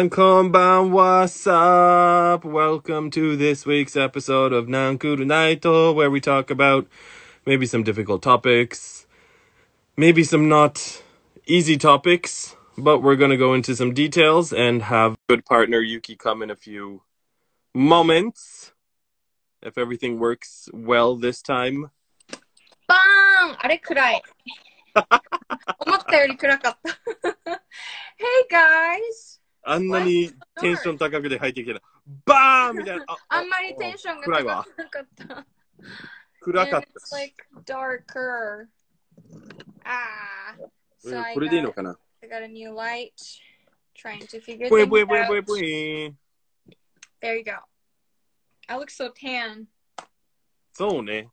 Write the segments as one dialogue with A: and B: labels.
A: ん、こんばんは、sup? Welcome to this week's episode of Nankuru Naito, where we talk about maybe some difficult topics, maybe some not easy topics, but we're going to go into some details and have good partner Yuki come in a few moments. If everything works well this time.
B: バーンあれ 暗い。思ったより暗かった。hey guys!
A: あんなにテンション高くて入ってきてない。バーンみたいな。あ
B: あんまりテンションが高くなかった。
A: 暗かっ
B: And
A: た
B: it's。like darker. Ah.
A: う
B: So
A: ん
B: I
A: これでいいの
B: got,
A: かな
B: I got a new light. Trying to figure
A: ブ
B: things
A: イブイブイブイ
B: out.
A: ブイ
B: There you go. I look so tan.
A: そうね。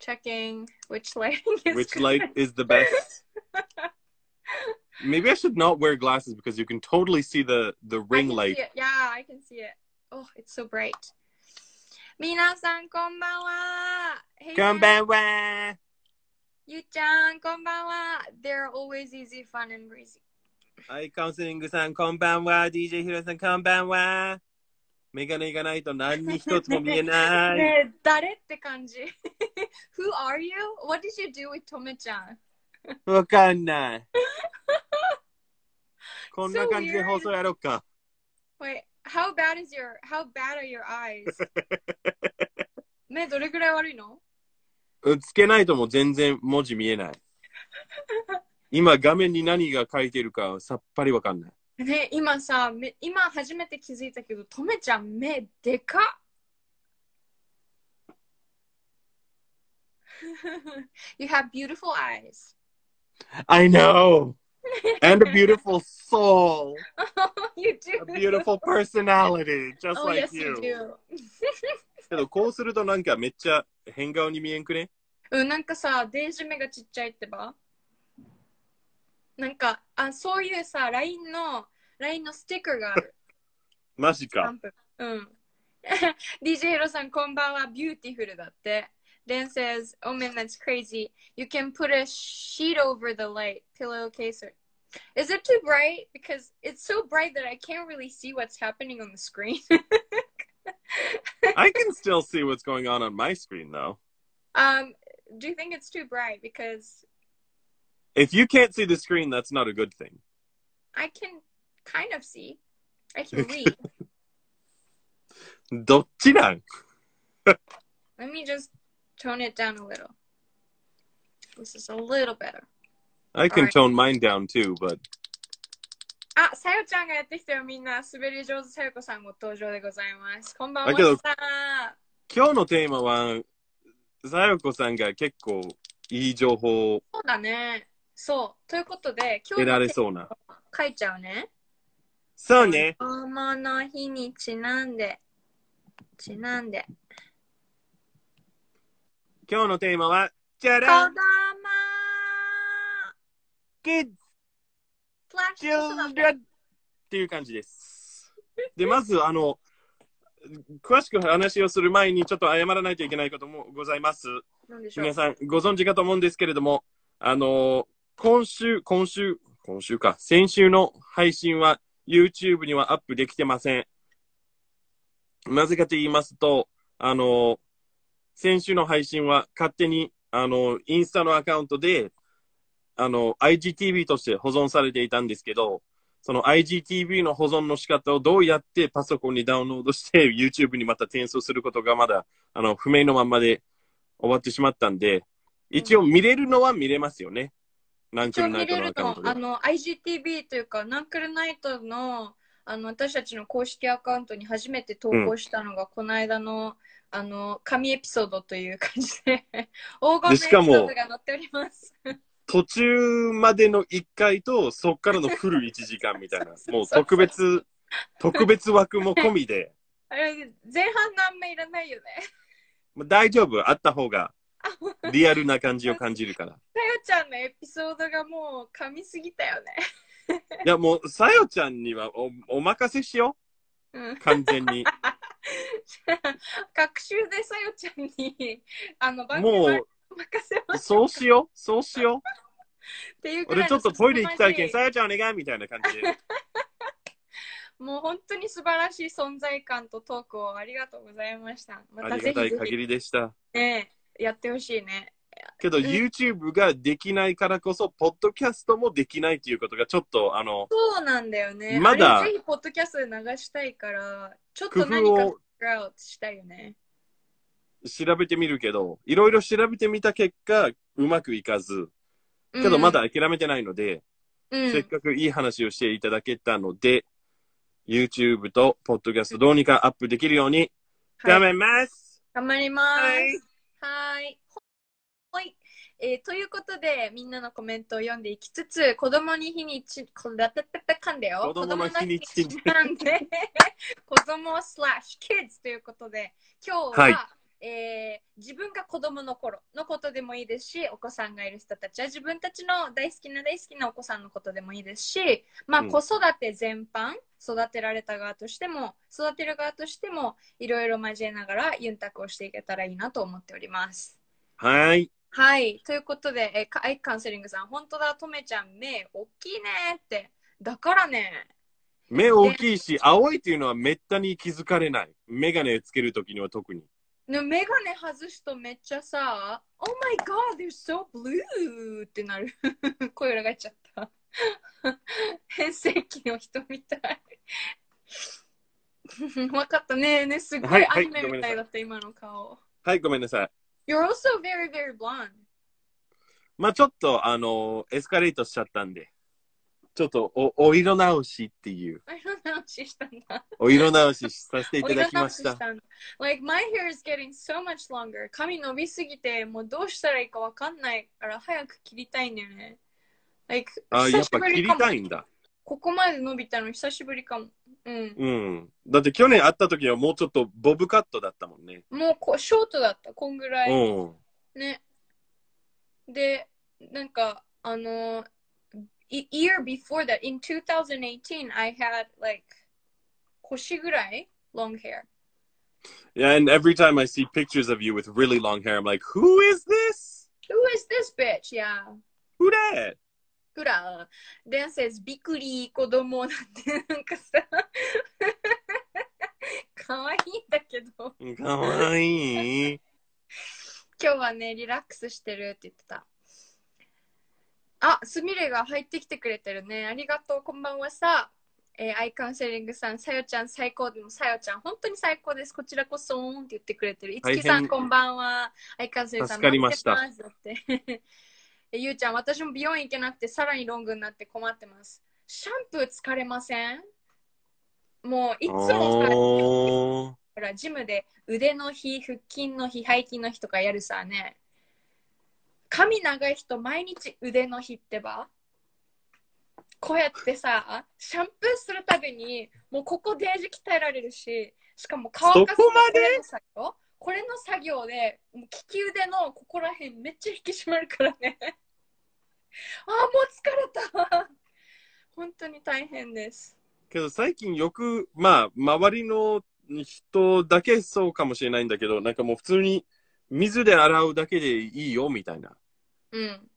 B: Checking which lighting is
A: Which
B: good.
A: light is the best? Maybe I should not wear glasses because you can totally see the, the
B: I
A: ring
B: can
A: light.
B: see it. Yeah, I can see it. Oh, it's so bright. 皆さんこんばんは。Hey,
A: こん
B: guys.
A: ばんは。
B: ゆうちゃん、こんばんは。They're always easy, fun, and breezy.
A: はい、カウンセリングさん、こんばんは。DJ ヒロさん、こんばんは。メガネがないと何に一つも見え ない。
B: ねえ、誰って感じ。Who are you? What did you do with とめちゃん
A: わかんない。こんな感じで放送やろうか。
B: ?Wait, how bad is your, how bad are your eyes? 目どれぐらい悪いの
A: うんつけないともう全然文字見えない。今画面に何が書いてるかさっぱりわかんない。
B: ねえ今さ、め今初めて気づいたけど、とめちゃん目でかっ You have beautiful eyes.
A: I know! And a beautiful soul!
B: you do.
A: A beautiful personality! Just
B: oh,
A: like
B: yes, you do.
A: けどこうするとなんかめっちゃ変顔に見えんくね
B: うん、なんかさ、デージ目がちっちゃいってばなんか、あ、そういうさ、LINE の、LINE のステッカーがある。
A: マジ
B: スタ
A: か。
B: ンプうん。DJ ヒロさん、こんばんは。ビューティフルだって。Then says, oh man, that's crazy. You can put a sheet over the light pillowcase. or- Is it too bright? Because it's so bright that I can't really see what's happening on the screen.
A: I can still see what's going on on my screen though.
B: um, do you think it's too bright? Because
A: If you can't see the screen, that's not a good thing.
B: I can kind of see. I can read.
A: どっちなん
B: Let me just tone it down a little. This is a little better.
A: I can
B: Alright.
A: tone mine down too, but
B: あ、さよちゃんがやってきたよ、みんな。滑り上手さよこさんご登場でございます。こんばんは。
A: だけど
B: さあ
A: 今日のテーマは、さよこさんが結構いい情報を
B: そうだね。そう。ということで、今
A: 得られ
B: 日
A: そうな。
B: 書いちゃうね。
A: そうね。
B: 子供の日にちなんで。ちなんで。
A: 今日のテーマは、じゃ
B: 子
A: ら
B: 供
A: ん、キッ
B: フラッシ
A: チ
B: ュ
A: ュルっていう感じです。で、まず、あの、詳しく話をする前に、ちょっと謝らないといけないこともございます。
B: なんでしょ
A: 皆
B: う。
A: さん、ご存知かと思うんですけれども、あの、今週、今週、今週か、先週の配信は、YouTube にはアップできてません。なぜかと言いますと、あの、先週の配信は勝手に、あの、インスタのアカウントで、あの、IGTV として保存されていたんですけど、その IGTV の保存の仕方をどうやってパソコンにダウンロードして YouTube にまた転送することがまだ、あの、不明のまんまで終わってしまったんで、一応見れるのは見れますよね。ランク
B: 一応
A: ルナ
B: 見
A: イト
B: れ
A: のア
B: る
A: カウン
B: の
A: ト、で
B: あ。の、IGTV というか、ナンクルナイトの、あの、私たちの公式アカウントに初めて投稿したのが、この間の、あの、神エピソードという感じで、 黄金のエピソードが載っております。
A: 途中までの1回と、そっからのフル1時間みたいな
B: そうそうそ、う
A: もう特 別、特別枠も込みで、
B: あれ、前半何名いらないよね。
A: まあ大丈夫、あった方が
B: あ、さよ
A: リアルな感じを感じる から。
B: ちゃんのエピソードがもう、神すぎたよね。
A: いや、もう、さよちゃんにはおお任せしよ
B: うん
A: う、。完全に。
B: 学習でさよちゃんに、あの、番組を任
A: も
B: せま
A: う、
B: す
A: そうしよう、そうしよう。
B: っていうく
A: 俺
B: らい
A: ちょ
B: の
A: っとトイレ行きたいけん、
B: 凄
A: さよちゃんお願いみたいな感じで。
B: もう本当に素晴らしい存在感とトークをありがとうございました。 ま
A: あ
B: た
A: り
B: ぜ
A: がた
B: ひ
A: い
B: ぜ
A: 限
B: ひ、
A: りでした。
B: ね、やってほしいね。
A: けど、
B: うん
A: YouTube ができないからこそ、ポッドキャストもできないということが、ちょっと、あの、
B: そうなんだよね。
A: まだ
B: あれぜひポッドキャストで流したいから、ちょっ
A: 工
B: と何か
A: 夫を
B: フィギュアウトしたいよね。
A: 調べてみるけど、いろいろ調べてみた結果、うまくいかず、
B: け
A: けどま、だ諦めてないので、
B: うん
A: せっかくいい話をしていただけたので、YouTube とポッドキャストどうにかアップできるように
B: はい
A: 頑張ります、
B: 頑張ります。
A: はい
B: はい。ほい。えーということで、みんなのコメントを読んでいきつつ、子供に日にち、こだたたたかんだよ。
A: 子供の日にち
B: 子供の日にちなんで、子供スラッシュキッズということで、今日は、
A: はい
B: えー自分が子供の頃のことでもいいですし、お子さんがいる人たちは自分たちの大好きな大好きなお子さんのことでもいいですし、まあ、
A: うん
B: 子育て全般、育てられた側としても、育てる側としても、いろいろ交えながらユンタクをしていけたらいいなと思っております。
A: はい。
B: はい。ということで、えーかアイカウンセリングさん、本当だ、とめちゃん、目大きいねって。だからね。
A: 目大きいし、青いっていうのはめったに気づかれない。メガネつけるときには特に。
B: ね、メガネ外すとめっちゃさ、Oh my god, they're so blue! ってなる。 声裏返っちゃった。 変声期の人みたい。 わかったね。ね、すご
A: はいい
B: ア
A: はい
B: ニメ
A: ごめ
B: み
A: んなさ
B: た
A: い
B: いだった、今の顔。
A: はい、ごめんなさい。
B: You're also very, very blonde.
A: まあちょっと、あのエスカレートしちゃったんで。ちょっとお、お色直しっていう、
B: I don't know if she's done that.
A: お色直しさせていた
B: 俺が
A: だきました。
B: Like, my hair is getting so much longer. 髪伸びすぎて、もうどうしたらいいかわかんないから、早く切りたいんだよね。Like,
A: あ、やっぱ切り
B: かも
A: たいんだ。
B: ここまで伸びたの久しぶりかも。うん。
A: うん。だって去年会った時はもうちょっとボブカットだったもんね。
B: もうこうショートだった、こんぐらい。
A: うん。
B: ね。で、なんか、あの、い year before that, in 2018, I had like 腰ぐらい long hair.
A: Yeah, and every time I see pictures of you with really long hair, I'm like, who is this?
B: Who is this bitch? Yeah.
A: Who that?
B: フラー、伝説、びくり、子供なんて、なんかさ、 可愛いんだけど、
A: かわい い。
B: 今日はね、リラックスしてるって言ってた。あ、スミレが入ってきてくれてるね。ありがとう、こんばんはさ。えーアイカウンセリングさん、さよちゃん最高でも、さよちゃん、本当に最高です。こちらこそーんって言ってくれてる。いつきさ
A: 大
B: ん、
A: 変
B: こんばんは。アイカウンセリングさん、
A: 助かりました
B: 待ってますだって。 えゆうちゃん、私も美容院行けなくて、さらにロングになって困ってます。シャンプー疲れませんもう、いつも疲れて
A: おー
B: ほら、ジムで腕の日、腹筋の日、背筋の日とかやるさね。髪長い人、毎日腕の日ってば。こうやってさ、シャンプーするたびに、もうここデージ鍛えられるし、しかも乾かす
A: そこまで
B: れの作業これの作業で、もう利き腕のここら辺めっちゃ引き締まるからね。あー、もう疲れた。本当に大変です。
A: けど最近よく、まあ、周りの人だけそうかもしれないんだけど、なんかもう普通に水で洗うだけでいいよみたいな。
B: うん。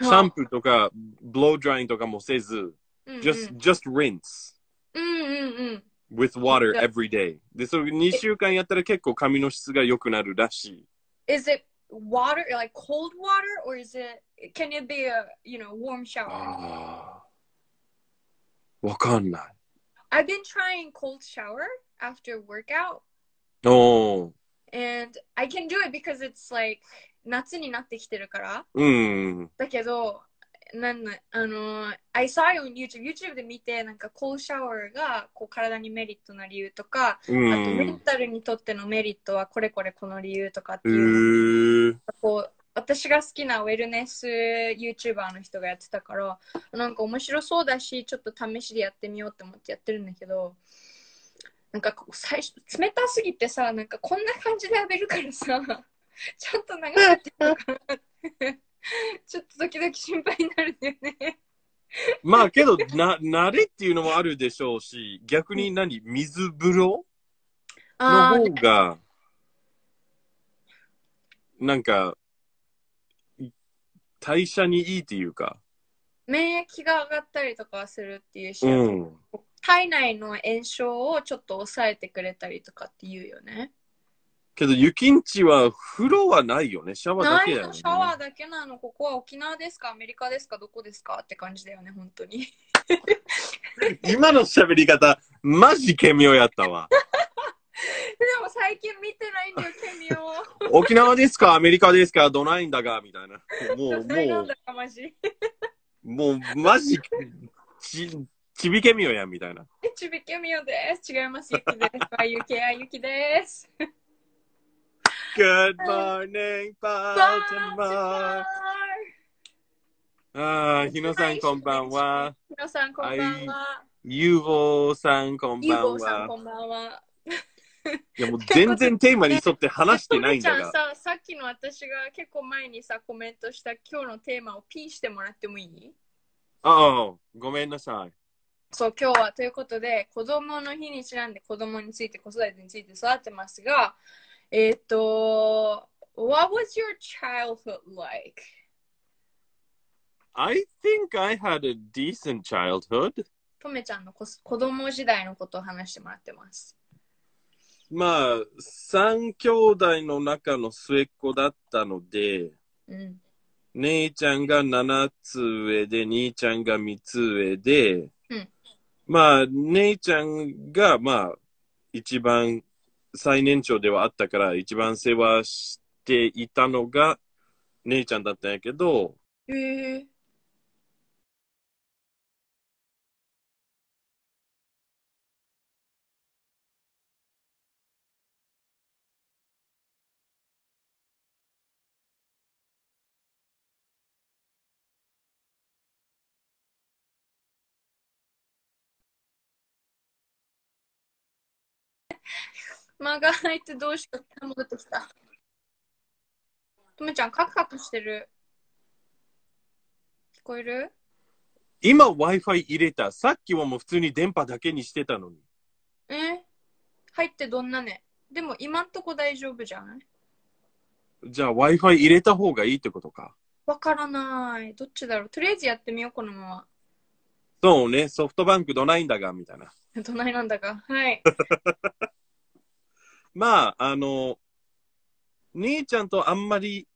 A: シャンプーとか、ブロードラインとかもせず、
B: うんうん
A: just, just rinse
B: うんうんうん。
A: with water
B: いや
A: every day. で、それ2週間やったら結構髪の質が良くなるらしい。
B: is it water like cold water or is it can it be a you know warm shower
A: ああ。わかんない。
B: i've been trying cold shower after workout
A: おー
B: and i can do it because it's like 夏になってきてるから
A: うん。
B: だけどなんなあの I saw it on YouTube YouTube で見てなんかコールシャワーがこう体にメリットな理由とか、
A: う
B: あとメン
A: ん。
B: タルにとってのメリットはこれこれこの理由とかって
A: う
B: いうのを
A: ー
B: こう私が好きなウェルネス YouTuber の人がやってたからなんか面白そうだしちょっと試しでやってみようって思ってやってるんだけどなんかこう最初冷たすぎてさなんかこんな感じで浴びるからさ ちょっと長くなってるのかなって ちょっと時々心配になるんだよね
A: まあけど、な、慣れっていうのもあるでしょうし、逆に何水風呂の
B: あ
A: 方
B: ー
A: が、なんか、い代謝にいいっていうか。
B: 免疫が上がったりとかはするっていうし、
A: うん。
B: 体内の炎症をちょっと抑えてくれたりとかって言うよね。
A: けど、雪んちは風呂はないよね。シャワーだ
B: な
A: け
B: い
A: だよ
B: の、
A: ね。
B: シャワーだけなの、ここは沖縄ですか、アメリカですか、どこですかって感じだよね、本当に。
A: 今の喋り方、マジケミオやったわ。
B: でも最近見てないんだよ、ケミオ。
A: 沖縄ですかアメリカですかどないんだがみたいな。もう、
B: それなん
A: も
B: だか、マジ。
A: う、もう、マジ、ち、ちびケミオやんみたいな。
B: ちびけみよです。違います。ゆきです。あゆきあゆきです。
A: Good morning,
B: バ
A: Baltimore! ああ、日野さんこんばんは。
B: ひろさん、こんばんは。
A: UFO さんこん
B: ゆう
A: ばん
B: ごさん、
A: は。
B: こんばんは。
A: いやもう全然テーマに沿って話してないんだ
B: とみ
A: が
B: ち。ゃんさ、さっきの私が結構前にさ、コメントした今日のテーマをピーしてもらってもいい
A: ああ、ごめんなさい。
B: そう、今日はということで、子供の日にちなんで子供について、子育てについて育ってますが、えっ、と、What was your childhood like?
A: I think I had a decent childhood.
B: とめちゃんのこす子供時代のことを話してもらってます。
A: まあ、三兄弟の中の末っ子だったので、
B: うん。
A: 姉ちゃんが7つ上で、兄ちゃんが3つ上で、
B: うん
A: まあ、姉ちゃんが、まあ、一番最年長ではあったから、一番世話していたのが姉ちゃんだったんやけど、
B: へえ間が入ってどうしようって戻ってきた。とめちゃん、カクカクしてる。聞こえる
A: 今 Wi-Fi 入れた。さっきはもう普通に電波だけにしてたのに。
B: え入ってどんなねでも今んとこ大丈夫じゃない
A: じゃあ Wi-Fi 入れた方がいいってことか。
B: わからない。どっちだろうとりあえずやってみよう、このま
A: そうね、ソフトバンクどないんだが、みたいな。
B: ま。どないなんだか。 はい。
A: まあ、あの、姉ちゃんとあんまり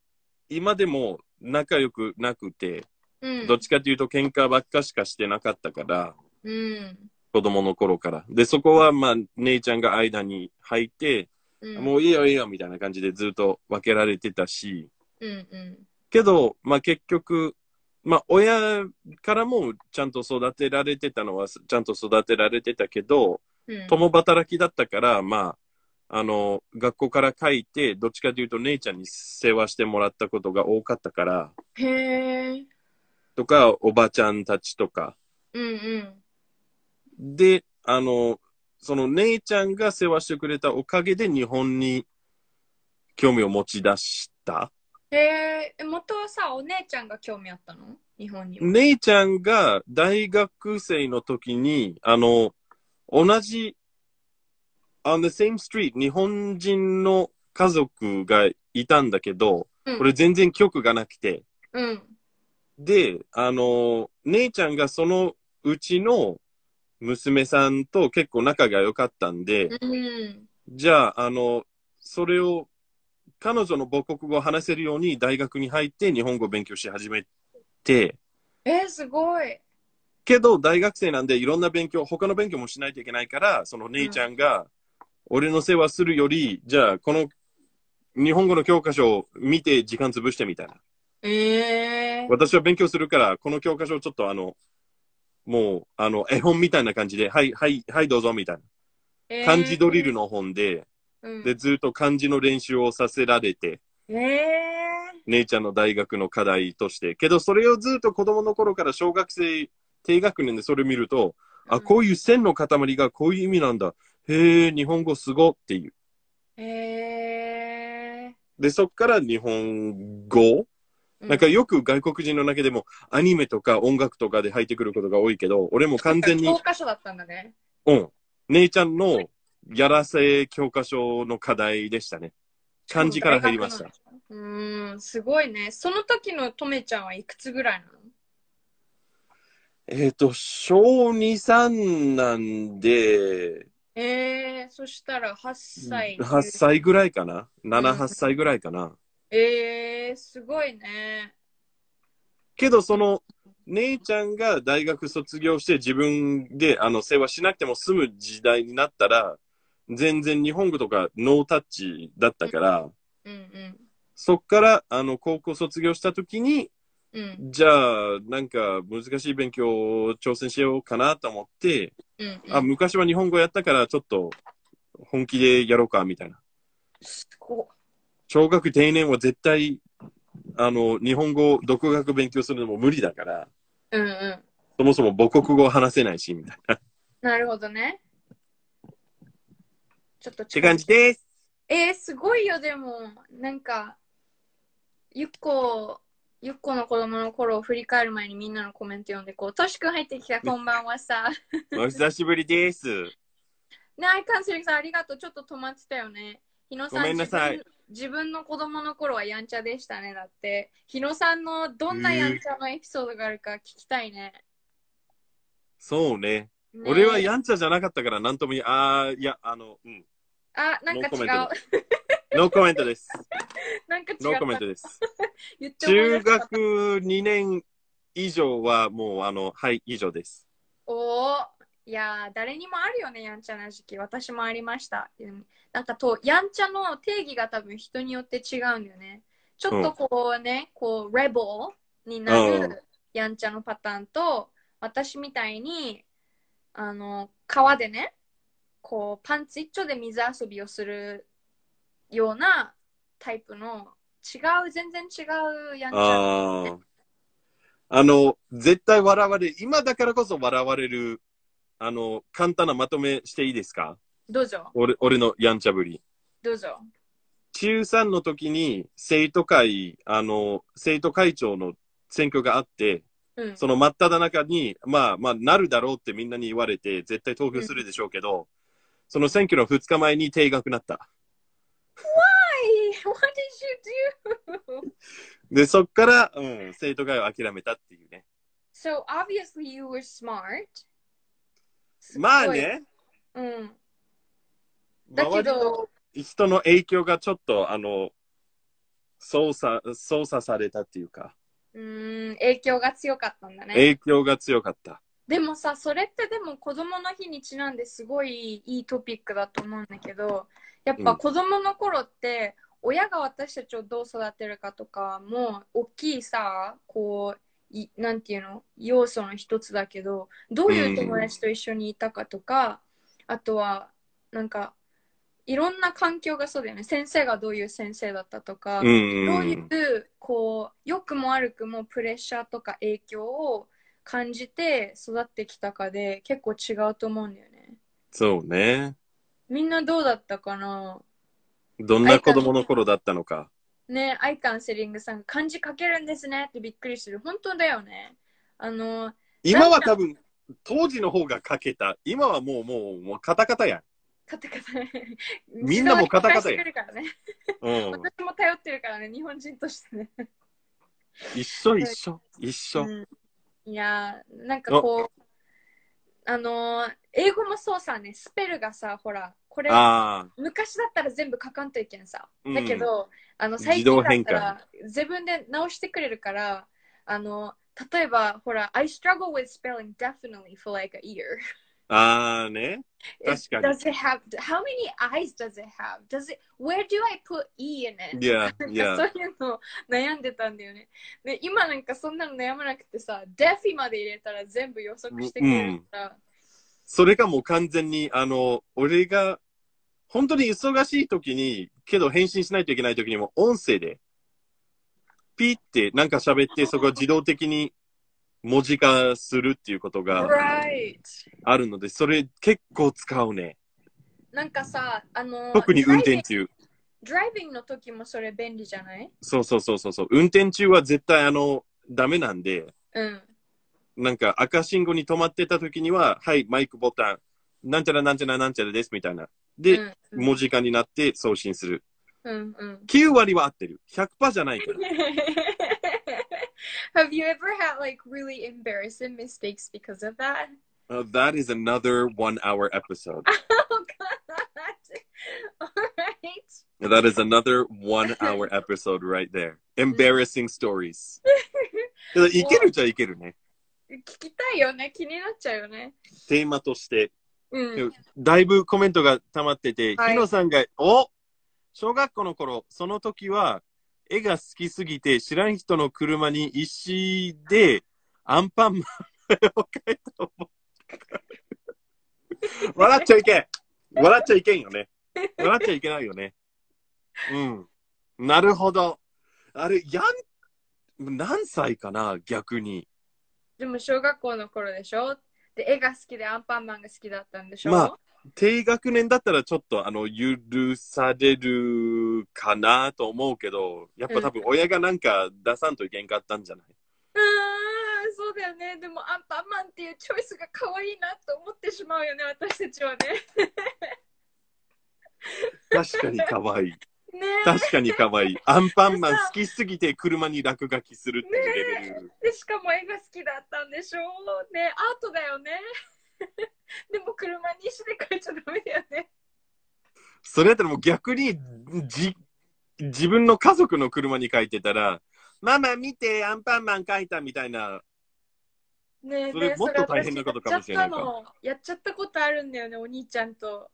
A: 今でも仲良くなくて、
B: うん。
A: どっちかというと喧嘩ばっかしかしてなかったから、
B: うん。
A: 子供の頃から。で、そこはまあ、姉ちゃんが間に入って、
B: うん。
A: もういいよいいよみたいな感じでずっと分けられてたし、
B: うんうん。
A: けど、まあ結局、まあ親からもちゃんと育てられてたのは、ちゃんと育てられてたけど、
B: うん。
A: 共働きだったから、まあ、あの、学校から書いて、どっちかというと姉ちゃんに世話してもらったことが多かったから、
B: へえ。
A: とか、おばちゃんたちとか。
B: うんうん。
A: で、あの、その姉ちゃんが世話してくれたおかげで日本に興味を持ち出した。
B: へえ。え元はさ、お姉ちゃんが興味あったの日本には。
A: 姉ちゃんが大学生の時に、あの、同じ、on the same street 日本人の家族がいたんだけど、
B: うん
A: これ全然曲がなくて、
B: うん。
A: で、あの、姉ちゃんがそのうちの娘さんと結構仲が良かったんで、
B: うん。
A: じゃあ、あの、それを、彼女の母国語を話せるように大学に入って日本語を勉強し始めて、
B: えー、すごい。
A: けど大学生なんでいろんな勉強、他の勉強もしないといけないから、その姉ちゃんが、俺の世話するより、じゃあ、この日本語の教科書を見て時間潰してみたいな。
B: ええ。
A: 私は勉強するから、この教科書をちょっとあの、もう、あの、絵本みたいな感じで、はい、はい、はい、どうぞ、みたい
B: え
A: な。
B: ー
A: 漢字ドリル。の本で、
B: うん
A: で、ずっと漢字の練習をさせられて、
B: ええ。
A: 姉ちゃんの大学の課題として。けど、それをずっと子供の頃から小学生、低学年でそれ見ると、あ、こういう線の塊がこういう意味なんだ。へえ、日本語すごっていう。
B: うん。え
A: で、そっから日本語
B: え。
A: なんかよく外国人の中でもアニメとか音楽とかで入ってくることが多いけど、俺も完全に
B: 教科書だったんだね。
A: うん。姉ちゃんのやらせ教科書の課題でしたね。漢字から入りました。。
B: うーん、すごいね。その時のとめちゃんはいくつぐらいなの
A: えっ、と、小2、3なんで、
B: えー、そしたら8歳。
A: 8歳ぐらいかな ?7、8歳ぐらいかな。
B: えー、すごいね。
A: けど、その、姉ちゃんが大学卒業して自分であの世話しなくても済む時代になったら、全然日本語とかノータッチだったから、
B: うんうん。
A: そっからあの高校卒業した時に、
B: うん
A: じゃあなんか難しい勉強を挑戦しようかなと思って、
B: うん、う
A: あ、
B: ん。
A: 昔は日本語やったからちょっと本気でやろうかみたいな。
B: すご
A: 小学定年は絶対、あの、日本語、独学勉強するのも無理だから、
B: うんうん。
A: そもそも母国語話せないし、みたいな。っ
B: なるほどね。ちょっと
A: て
B: 近い
A: 感じです。
B: えー、すごいよ、でも、なんか、ゆっこ、ゆっこの子供の頃を振り返る前にみんなのコメント読んで、こう、としくん入ってきた、こんばんはさ。
A: お久しぶりです。
B: ねえ、カンセリンさん、ありがとう。ちょっと止まってたよね。日野さん、
A: ごめんなさい
B: 自分。自分の子供の頃はやんちゃでしたね、だって。日野さんのどんなやんちゃのエピソードがあるか聞きたいね。
A: そうね。
B: ねえ
A: 俺はやんちゃじゃなかったから、なんとも言え、あー、いや、あの、うん。
B: あ、なん
A: ノ
B: か
A: ーコ
B: 違
A: メ
B: う
A: ン。トノーコメントです。
B: なんか違う。
A: ノーコメントです。
B: 言って思い
A: 中
B: 出した
A: 学2年以上はもう、あの、はい、以上です。
B: おおいやー誰にもあるよねやんちゃな時期私もありましたうんなんかとやんちゃの定義が多分人によって違うんだよねちょっとこうね、こうレボーにな
A: うん
B: るやんちゃのパターンと私みたいにあの川でねこうパンツ一丁で水遊びをするようなタイプの違う全然違うやんちゃ
A: ああ。あの、絶対笑われる、今だからこそ笑われる、あの、簡単なまとめしていいですか
B: どうぞ
A: 俺俺のやんちゃぶり。
B: どうぞ
A: 中3の時に生徒会、あの、生徒会長の選挙があって、
B: うん
A: その真っ只中に、まあまあ、なるだろうってみんなに言われて、絶対投票するでしょうけど、その選挙の2日前に定額なった。
B: Why? What did you do?
A: で、そっから、うん、生徒会を諦めたっていうね。
B: So obviously you were smart. mm,
A: まあね、
B: すごい。うん。だ
A: 周
B: け
A: りの
B: ど、
A: 人の影響がちょっと、あの、操作、操作されたっていうか、
B: うーん、影響が強かったんだね。
A: 影響が強かった。
B: でもさ、それってでも子供の日にちなんですごいいいトピックだと思うんだけど、やっ
A: う
B: ぱ
A: ん
B: 子供の頃って、親が私たちをどう育てるかとかも大きいさこういなんていうの要素の一つだけどどういう友達と一緒にいたかとか、あとはなんかいろんな環境がそうだよね先生がどういう先生だったとか、
A: うん
B: どう
A: う
B: い
A: ん。
B: うこう良くも悪くもプレッシャーとか影響を感じて育ってきたかで結構違うと思うんだよね。
A: そうね。
B: みんなどうだったかな
A: どんな子供の頃だったのか。
B: ねアイカンセリングさんが漢字書けるんですねってびっくりする。本当だよね。あの、
A: 今は多分、当時の方が書けた。今はもう、もう、もう、カタカタやん。
B: カタカタ。
A: みんなもカタカタや
B: 自動で返してくるからね。
A: うん。
B: 私も頼ってるからね、日本人としてね。
A: 一緒一緒。一緒。
B: うんいやーなんかこうあのー英語もそうさねスペルがさほらこれ
A: ああ。
B: 昔だったら全部書かんといけんさ
A: うん
B: だけど、あの最
A: 自
B: 近
A: 動
B: だっ
A: 変換
B: たら自分で直してくれるからあの例えばほら I struggle with spelling definitely for like a year
A: ああね。確かに
B: Does it have how many eyes does it have does it where do I put E in it
A: いや、い
B: なん
A: や。
B: かそういうの悩んでたんだよね。で今なんかそんなの悩まなくてさ、デフィまで入れたら全部予測してくれるから。
A: それがもう完全に、あの、俺が、本当に忙しい時に、けど返信しないといけない時にも、音声で、ピーってなんか喋って、そこは自動的に文字化するっていうことが
B: right.
A: あるので、それ結構使うね。
B: なんかさ、あの、
A: 特に運転中。
B: ドライビングの時もそれ便利じゃない
A: そうそうそうそうそう。運転中は絶対あの、ダメなんで、
B: うん。
A: なんか赤信号に止まってた時には、はい、マイクボタン、なんちゃらなんちゃらなんちゃらです、みたいな。で、
B: うん、
A: 文字化になって送信する。
B: うんうん。
A: 9割は合ってる。100%じゃないから。
B: Have you ever had like really embarrassing mistakes because of that?
A: Uh, that is another one hour episode.
B: Oh god. All right.
A: That is another one hour episode right there. Embarrassing stories.いけるっちゃいけるね。
B: 聞きたいよね。気になっちゃうよね。
A: テーマとして。
B: うん。
A: だいぶコメントが溜まってて、
B: はい
A: ヒロさんが、お小学校の頃、その時は、絵が好きすぎて、知らん人の車に石で、アンパンマンを描いた思い笑っちゃいけん笑っちゃいけんよね。笑っちゃいけないよね。うん。なるほど。あれ、やん、何歳かな逆に。
B: でも小学校の頃でしょで、絵が好きでアンパンマンが好きだったんでしょ
A: まあ低学年だったらちょっとあの許されるかなと思うけどやっぱ多分親がなんか出さんといけんかったんじゃない、
B: あーそうだよね。でもアンパンマンっていうチョイスが可愛いなと思ってしまうよね、私たちはね。
A: 確かに可愛い
B: ね
A: 確かに可愛いアンパンマン好きすぎて車に落書きするっていうレベル、
B: え。で、しかも絵が好きだったんでしょうね。アートだよね。 でも車に石で描いちゃダメだよね。
A: それやったらもう逆にじ自分の家族の車に書いてたらママ見てアンパンマン書いたみたいな
B: ねえ、
A: それ
B: ねえ
A: もっと大変なことかもしれないか
B: そ私やっちゃったのやっちゃったことあるんだよね、お兄ちゃんと。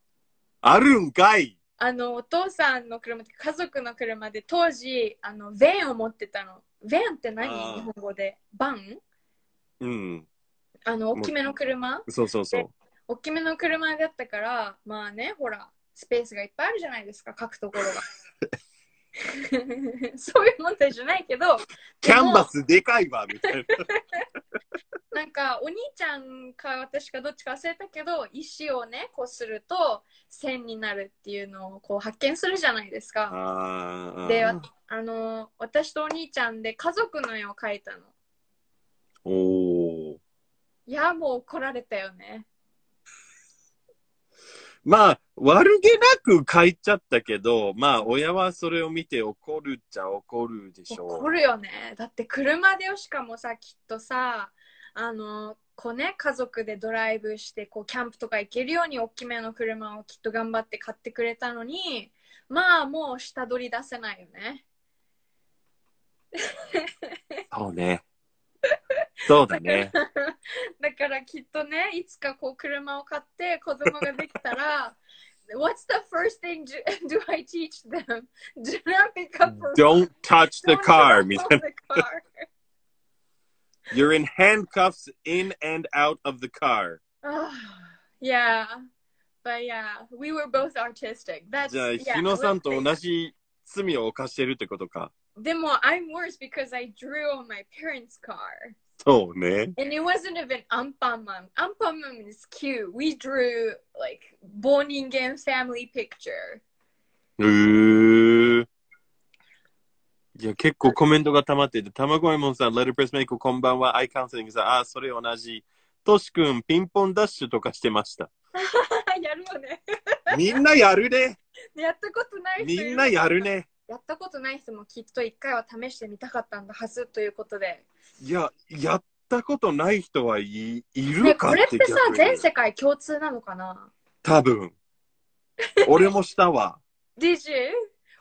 A: あるんかい
B: あの、お父さんの車って家族の車で、当時、あの、ベンを持ってたの。ベンって何
A: あー
B: 日本語で。バン
A: うん
B: あの、大きめの車
A: そうそうそう
B: 大きめの車だったから、まあね、ほら、スペースがいっぱいあるじゃないですか、書くところ が。 そういう問題じゃないけど、
A: キャンバスでかいわみたいな
B: なんかお兄ちゃんか私かどっちか忘れたけど石をねこうすると線になるっていうのをこう発見するじゃないですか
A: あー
B: でわあの私とお兄ちゃんで家族の絵を描いたの
A: おお。
B: いやもう怒られたよね
A: まあ、悪気なく書いちゃったけど、まあ、親はそれを見て怒るっちゃ怒るでしょう。
B: 怒るよねだって車でよしかもさきっとさあのこうね家族でドライブしてこうキャンプとか行けるように大きめの車をきっと頑張って買ってくれたのにまあもう下取り出せないよね
A: そうね。そうだね。
B: だからきっとね、いつかこう車を買って子供ができ たら、What's the first thing do, do I teach them? Do not pick up for
A: Don't touch the
B: don't
A: car!
B: pick up
A: みたい
B: the car.
A: な。You're in handcuffs in and out of the car.
B: Ah, yeah. But yeah, we were both artistic. That's
A: じゃあ、
B: yeah,
A: 日野さん
B: let's
A: と
B: say-
A: 同じ罪を犯してるってことか。
B: でも I'm worse because I drew on my parents' car.
A: そうね。
B: And it wasn't even Ampaman. Ampaman is cute. We drew like Boningen family picture.
A: うー。いや、結構コメントが溜まってて、たまごえもんさん、レルプレスメイクこんばんは、アイカウンセリングさん、あー、それ同じ。としくん、ピンポンダッシュとかしてました。
B: やるよね。
A: みんなやるね。
B: やったことない人い
A: みんなやる。ね。
B: やったことない人もきっと一回は試してみたかったんだはずということで。
A: いや、やったことない人はい、い
B: ね、
A: るか
B: こ
A: っ
B: れっててさ
A: 逆、に
B: 全世界共通なのかな
A: 多分。俺もしたわ。
B: ?Did you?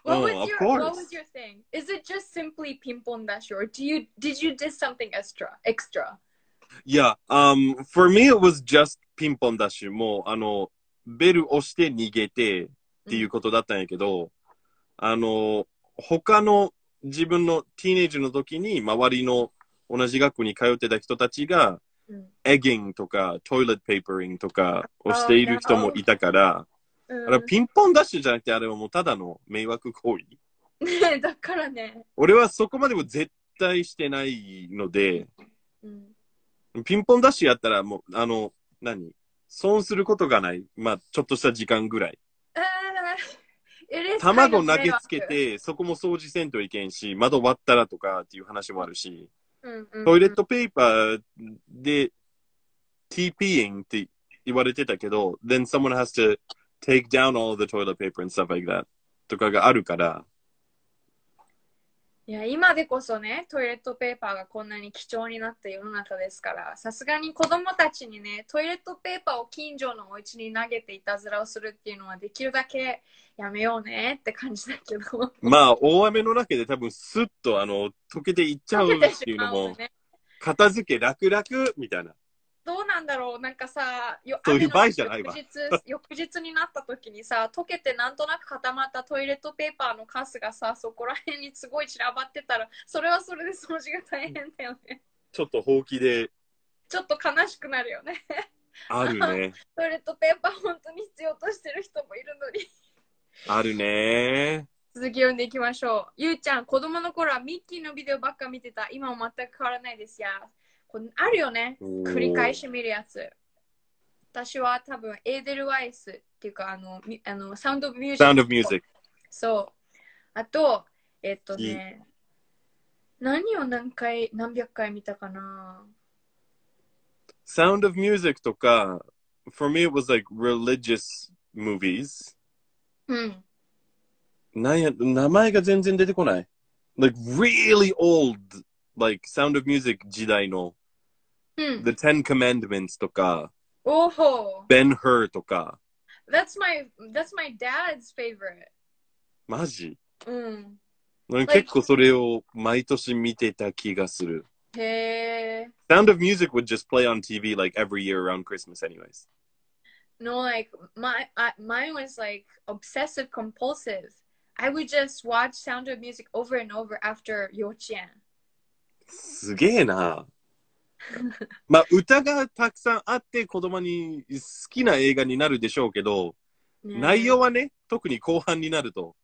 B: What was,
A: Oh, of
B: your,
A: course.
B: what was your thing? Is it just simply ピンポンダッシュ or do you, did you do something extra? extra?
A: いや、um, for me it was just ピンポンダッシュ。もう、あの、ベル押して逃げてっていうことだったんやけど、あの、他の自分のティーネージの時に周りの同じ学校に通ってた人たちが、
B: うん
A: エギンとかトイレットペーパリングとかをしている人もいたから、あ
B: う
A: れ
B: ん、
A: ピンポンダッシュじゃなくてあれはもうただの迷惑行為。
B: ね だからね。
A: 俺はそこまでも絶対してないので、
B: うん
A: ピンポンダッシュやったらもう、あの、何損することがない。まあ、ちょっとした時間ぐらい。
B: あー it is kind of
A: 卵投げつけて、そこも掃除せんといけんし、窓割ったらとかっていう話もあるし、
B: 迷惑、うんうん
A: トイレットペーパーで TPing って言われてたけど、then someone has to take down all the toilet paper and stuff like that とかがあるから、
B: いや、今でこそね、トイレットペーパーがこんなに貴重になった世の中ですから、さすがに子供たちにね、トイレットペーパーを近所のお家に投げていたずらをするっていうのはできるだけやめようねって感じだけど。
A: まあ、大雨の中で多分スッと、あの、溶けていっちゃうっていうの
B: 投げてしまう
A: も
B: と、ね
A: 片付け楽々みたいな。
B: どうなんだろうなんかさ、よ
A: そういう
B: 雨の
A: 場合じゃないわ
B: 翌日、翌日になった時にさ、溶けてなんとなく固まったトイレットペーパーのカスがさ、そこら辺にすごい散らばってたら、それはそれで掃除が大変だよね。
A: ちょっとほうきで
B: ちょっと悲しくなるよね。
A: あるね。
B: トイレットペーパー本当に必要としてる人もいるのに。
A: あるね。
B: 続き読んでいきましょう。ゆうちゃん、子供の頃はミッキーのビデオばっか見てた。今も全く変わらないですや。これあるよね。繰り返し見るやつ。私は多分、エーデルワイスっていうか、あの、みあのサウンド・オブ・ミュージック。
A: Sound of Music。
B: そう。あと、えっとね、何を何回、何百回見たかな
A: Sound of Music とか、for me it was like religious movies.
B: うん。
A: なんや、名前が全然出てこない。Like really old, like Sound of Music 時代の
B: うん。
A: The Ten Commandments とか、
B: おほ
A: Ben Hur とか、
B: That's my, that's my dad's favorite.
A: マジ
B: うん。
A: なんか結構それを毎年見てた気がする。
B: へえ。
A: Sound of Music would just play on TV like every year around Christmas anyways.
B: No, like my I, mine was like obsessive compulsive. I would just watch Sound of Music over and over after 幼稚園。
A: すげえな。まあ歌がたくさんあって子供に好きな映画になるでしょうけど、
B: ね
A: 内容はね、特に後半になると。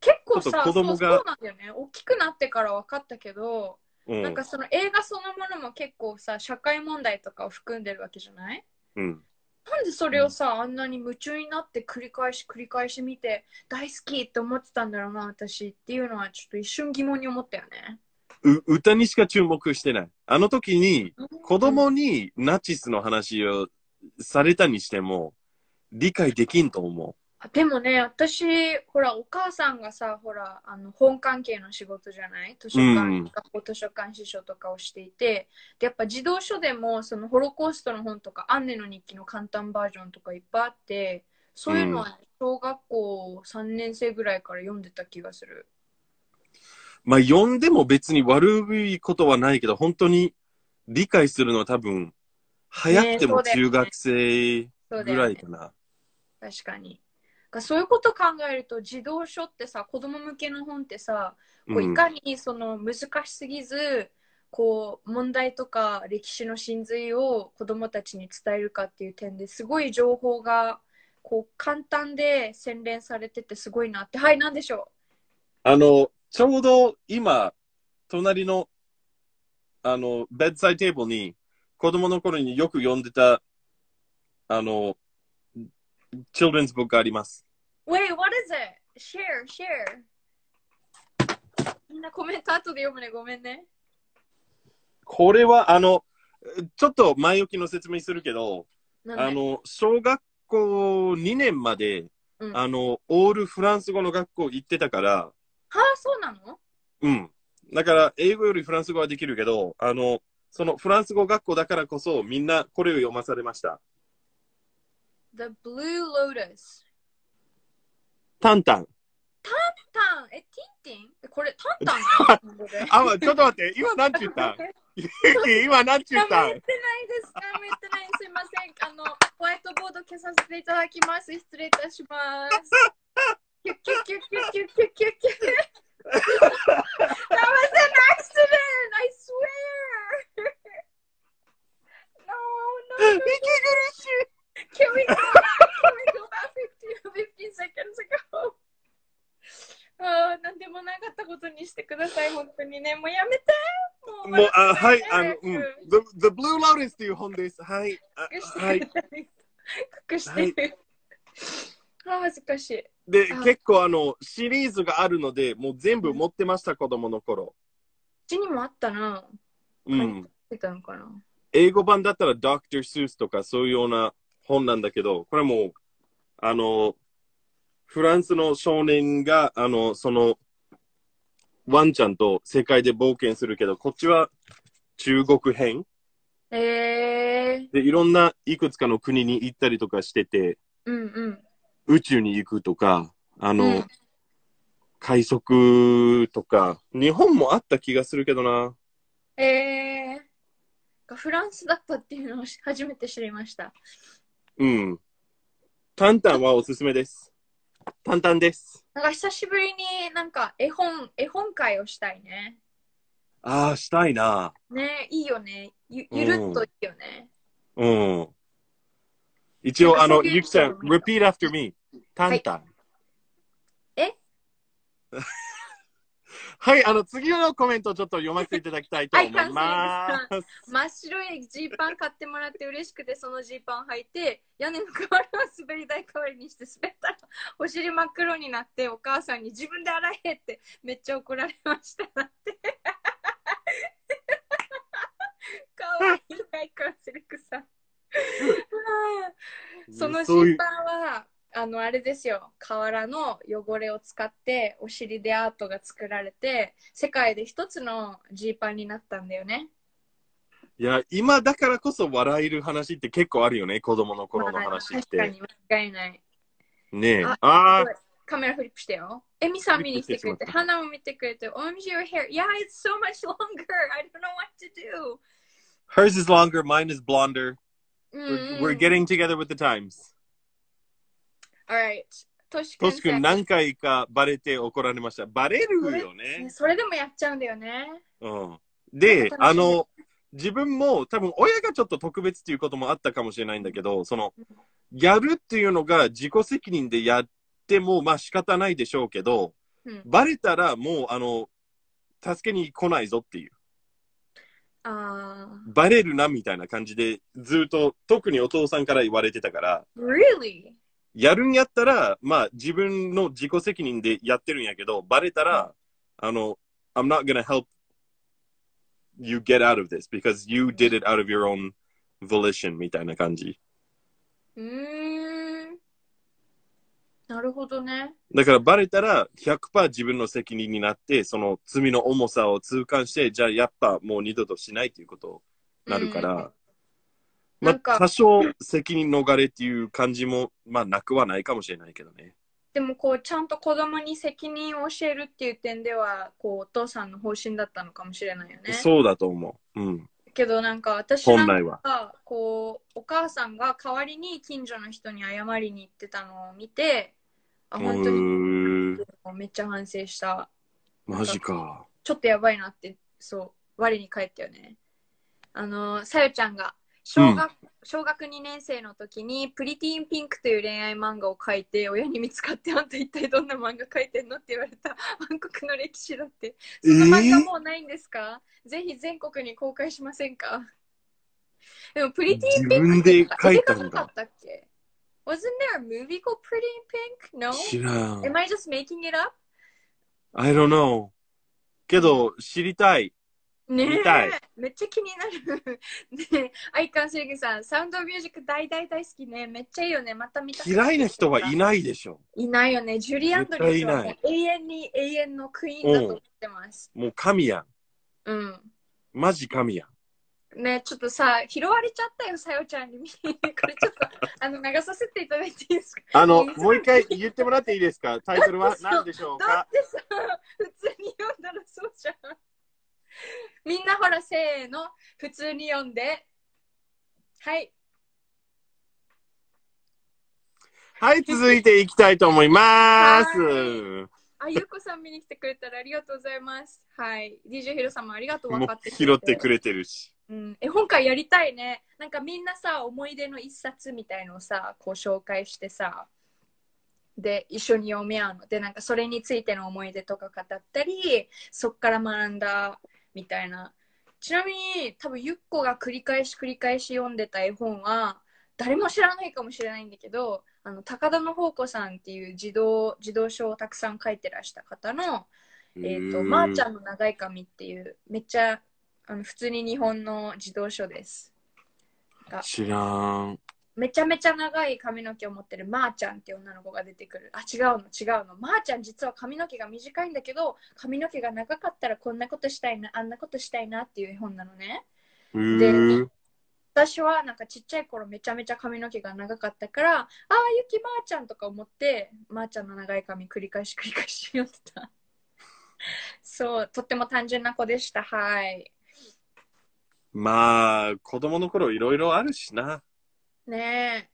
B: 結構さ
A: ちょっと子供が
B: そうそうなんだよね。大きくなってから分かったけど、
A: うん。
B: なんかその映画そのものも結構さ社会問題とかを含んでるわけじゃない
A: うん、
B: なんでそれをさ、あんなに夢中になって繰り返し繰り返し見て大好きって思ってたんだろうな私っていうのはちょっと一瞬疑問に思ったよね。
A: う歌にしか注目してない。あの時に子供にナチスの話をされたにしても理解できんと思
B: あでもね、私、ほら、お母さんがさ、ほら、あの本関係の仕事じゃない図書館、
A: うん
B: 学校図書館司書とかをしていて、でやっぱ児童書でも、そのホロコーストの本とか、アンネの日記の簡単バージョンとかいっぱいあって、そういうのは、小学校3年生ぐらいから読んでた気がする。
A: う。まあ読んでも別に悪いことはないけど、本当に理解するのは多分早くて
B: ね
A: も
B: そうだよね
A: 中学生
B: そうだ
A: ぐ
B: よ
A: らい
B: ね、
A: かな。
B: 確かに。だからそういうこと考えると、児童書ってさ、子供向けの本ってさ、こう
A: うん
B: いかにその難しすぎずこう問題とか歴史の真髄を子どもたちに伝えるかっていう点ですごい情報がこう簡単で洗練されててすごいなってはい何でしょ
A: あの、ちょうど今、隣の、あの、ベッドサイテーブルに、子供の頃によく読んでた、あの、チルドレンズブックがあります。
B: う Wait, what is it? Share, share みんなコメント後で読むねごめんね
A: これは、あの、ちょっと前置きの説明するけど、
B: なんで
A: あの、小学校2年まで、
B: うん
A: あの、オールフランス語の学校行ってたから、
B: はあそうなの
A: うん。だから、英語よりフランス語はできるけど、あの、そのフランス語学校だからこそ、みんなこれを読まされました。
B: The Blue Lotus
A: タンタン。
B: タンえティンティンこれタンタ ンなのこれ
A: あ、まちょっと待って、今なんて言ったん今なんて 言
B: ダ
A: った
B: メ言
A: ん
B: ってないです。ダメ言ってない。すいません。あの、ホワイトボード消させていただきます。失礼いたします。キュッキュッキュッキュッキュッキュッキュッキュッ。That was an accident. I swear. No, no.
A: 息苦しい
B: Can we go back? Can we go back 15, 15 seconds ago? あー何でもなかったことにしてください、本当にね。もうやめても
A: もう、あ、はい、あの
B: 早、く
A: うん。The, The Blue Lotus っていう本です。はい。
B: 隠し
A: あ
B: て
A: はい。
B: 隠してる。あー恥ずかしい。
A: で
B: あ、
A: 結構あの、シリーズがあるので、もう全部持ってました、子供の頃。
B: うちにもあったな。
A: う
B: はい
A: ん。
B: 出たのかな。
A: 英語版だったら Dr. Seuss とかそういうような本なんだけど、これもう、あの、フランスの少年が、あの、その、ワンちゃんと世界で冒険するけど、こっちは中国編
B: へえ。
A: で、いろんないくつかの国に行ったりとかしてて、
B: うんうん。
A: 宇宙に行くとか、あの、
B: うん
A: 快速とか、日本もあった気がするけどな。
B: へえ。フランスだったっていうのを初めて知りました。
A: うん。タンタンはおすすめです。タンタンです。
B: なんか久しぶりになんか絵本、絵本会をしたいね。
A: ああ、したいな。
B: ねいいよね。ゆゆるっといいよね。
A: うん。一応、あ
B: な
A: の、
B: んかそういう
A: ゆきちゃん、
B: のもいい
A: repeat after me. タンタン。
B: え
A: はい、あの、次のコメントをちょっと読ませていただきたいと思います。
B: 真っ白いジーパン買ってもらって嬉しくてそのジーパン履いて屋根の代わりは滑り台代わりにして滑ったらお尻真っ黒になってお母さんに自分で洗えってめっちゃ怒られましただって かわいいライカーセルクさんそのジ
A: そうい
B: ー
A: う
B: パンはあのあれですよ瓦の汚れを使ってお尻でアートが作られて世界で一つのジーパンになったんだよね
A: いや、今だからこそ笑える話って結構あるよね、子供の頃の話っ
B: まあ
A: て。
B: 確かに間違いない。
A: ねえ。
B: あ
A: ああー、
B: カメラフリップしてよ。エミさん見に来てくれて、花を見てくれて、OMG your hair. Yeah, it's so much longer. I don't know what to do.
A: hers is longer, mine is blonder.
B: うんうん
A: We're, we're getting together with the times.
B: Alright. トシ
A: トシ君
B: 君
A: 何回かバレて怒られました。バレるよね。
B: それでもやっちゃうんだよね。
A: うん。で
B: 楽し、み
A: あの、自分も多分親がちょっと特別っていうこともあったかもしれないんだけど、その、やるっていうのが自己責任でやっても、まあ仕方ないでしょうけど、
B: うん
A: バレたらもう、あの、助けに来ないぞっていう、
B: ああ。
A: バレるなみたいな感じで、ずっと、特にお父さんから言われてたから、
B: Really?
A: やるんやったら、まあ自分の自己責任でやってるんやけど、バレたら、あの、I'm not gonna help you get out of this because you did it out of your own volition みたいな感じ。
B: うーん。なるほどね。
A: だからバレたら100%自分の責任になって、その罪の重さを痛感して、じゃあやっぱもう二度としないということになるから、
B: うん
A: ま
B: なん
A: あ
B: か
A: 多少責任逃れっていう感じも、まあなくはないかもしれないけどね。
B: でもこうちゃんと子供に責任を教えるっていう点ではこうお父さんの方針だったのかもしれないよね。
A: そうだと思う。うん。
B: けどなんか私な
A: 本
B: んか
A: 来は。
B: がこうお母さんが代わりに近所の人に謝りに行ってたのを見てあ本当
A: う
B: に
A: ーん
B: めっちゃ反省した
A: マジか。
B: ちょっとやばいなってそう我に返ったよねあのさよちゃんが小学,、小学2年生の時に「プリティーンピンク」という恋愛漫画を書いて親に見つかって「あんた一体どんな漫画書いてんの?」って言われた 暗黒の歴史だって
A: え
B: その漫画もうないんですか、ぜひ全国に公開しませんかでも、プリティーンピンクって
A: 自分で書いたんだ
B: 映画なかったっけ Wasn't there a movie called Pretty in Pink? No?
A: 知らん。
B: Am I just making it up?
A: I don't know. けど、知りたい。
B: ねえ
A: 見たい
B: めっちゃ気になる。ねえ、アイカンセグさん、サウンドミュージック大大大好きね。めっちゃいいよね。また見た
A: 嫌いな人はい
B: い。
A: ないでしょ。
B: いないよね。ジュリー・アンドリュースはも
A: 絶
B: う永遠に永遠のクイーンだと思ってます。
A: もう神やん。
B: うん。
A: マジ神やん。
B: ねちょっとさ、拾われちゃったよ、さよちゃんに。これちょっと、あの、流させていただいていいですか
A: あの、
B: 水
A: もう一回言ってもらっていいですかタイトルは何でしょう
B: だっ
A: か
B: てさ、 普通に読んだらそうじゃん。みんなほら、せーの、普通に読んで。はい。
A: はい、続いていきたいと思います。
B: はあ、ゆうこさん見に来てくれたらありがとうございます。はい。DJ ヒロさんもありがとう、分
A: も
B: かって
A: う拾ってく
B: れ。
A: れてるし。
B: うん。絵本会やりたいね。なんかみんなさ、思い出の一冊みたいのをさ、こう紹介してさ、で、一緒に読み合うので、なんかそれについての思い出とか語ったり、そっから学んだみたいな。ちなみに、多分ゆっこが繰り返し繰り返し読んでた絵本は、誰も知らないかもしれないんだけど、あの高田の宝子さんっていう児童児童書をたくさん書いてらした方のえー、と、まーちゃ
A: ん。
B: んの長い髪っていう、めっちゃあの普通に日本の児童書です。
A: 知らん。
B: うめちゃめちゃ長い髪の毛を持ってるまーちゃんっていう女の子が出てくるあ違うの違うのまーちゃん実は髪の毛が短いんだけど髪の毛が長かったらこんなことしたいなあんなことしたいなっていう絵本なのね
A: うーん。
B: 私はなんかちっちゃい頃めちゃめちゃ髪の毛が長かったからああゆきまーちゃんとか思ってまーちゃんの長い髪繰り返し繰り返しやってたそうとっても単純な子でしたはい
A: まあ、子供の頃いろいろあるしな。
B: ね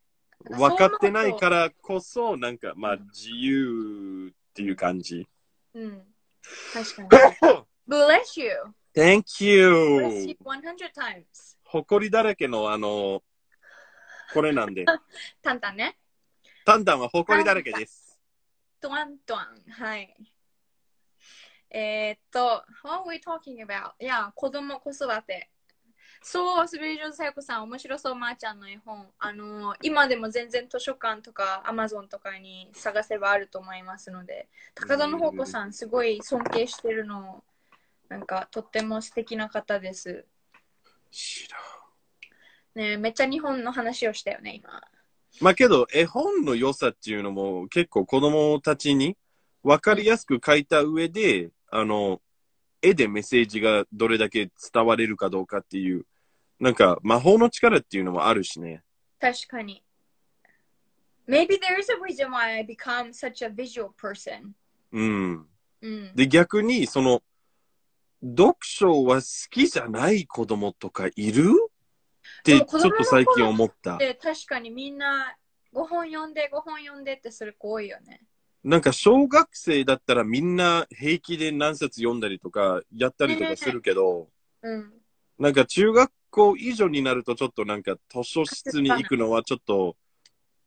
B: え
A: 分かってないかららこそ、なんか、まあ
B: うん、
A: 自由っていう感 じ。
B: うん確かに Bless you
A: Thank
B: Bless you
A: you!
B: 100 times
A: 誇りだらけの、あの、これなんで。
B: タンタンね
A: タンタンは誇りだらけです。
B: トワントワンはいえーっと What are we talking about? いや子供子育てそう、スベリジョンサヨコさん、面白そう、まー、ちゃんの絵本。あのー今でも全然図書館とか、アマゾンとかに探せばあると思いますので、高田の方子さん、すごい尊敬してるの、なんか、とっても素敵な方です。
A: 知らん
B: ねえめっちゃ日本の話をしたよね、今。
A: まあけど、絵本の良さっていうのも結構子供たちに分かりやすく書いた上で、あの、絵でメッセージがどれだけ伝われるかどうかっていう、なんか魔法の力っていうのもあるしね。
B: 確かに。Maybe there is a reason why I become such a visual person.
A: うん。
B: うん。
A: で、逆に、その、読書は好きじゃない子供とかいるって、ちょ
B: でも
A: っ
B: 子供の
A: と最近思った。
B: で、確かにみんな、5本読んで、5本読んでってする子多いよね。
A: なんか小学生だったらみんな平気で何冊読んだりとか、やったりとかするけど、
B: うん。
A: なんか中学校以上になるとちょっとなんか図書室に行くのはちょっと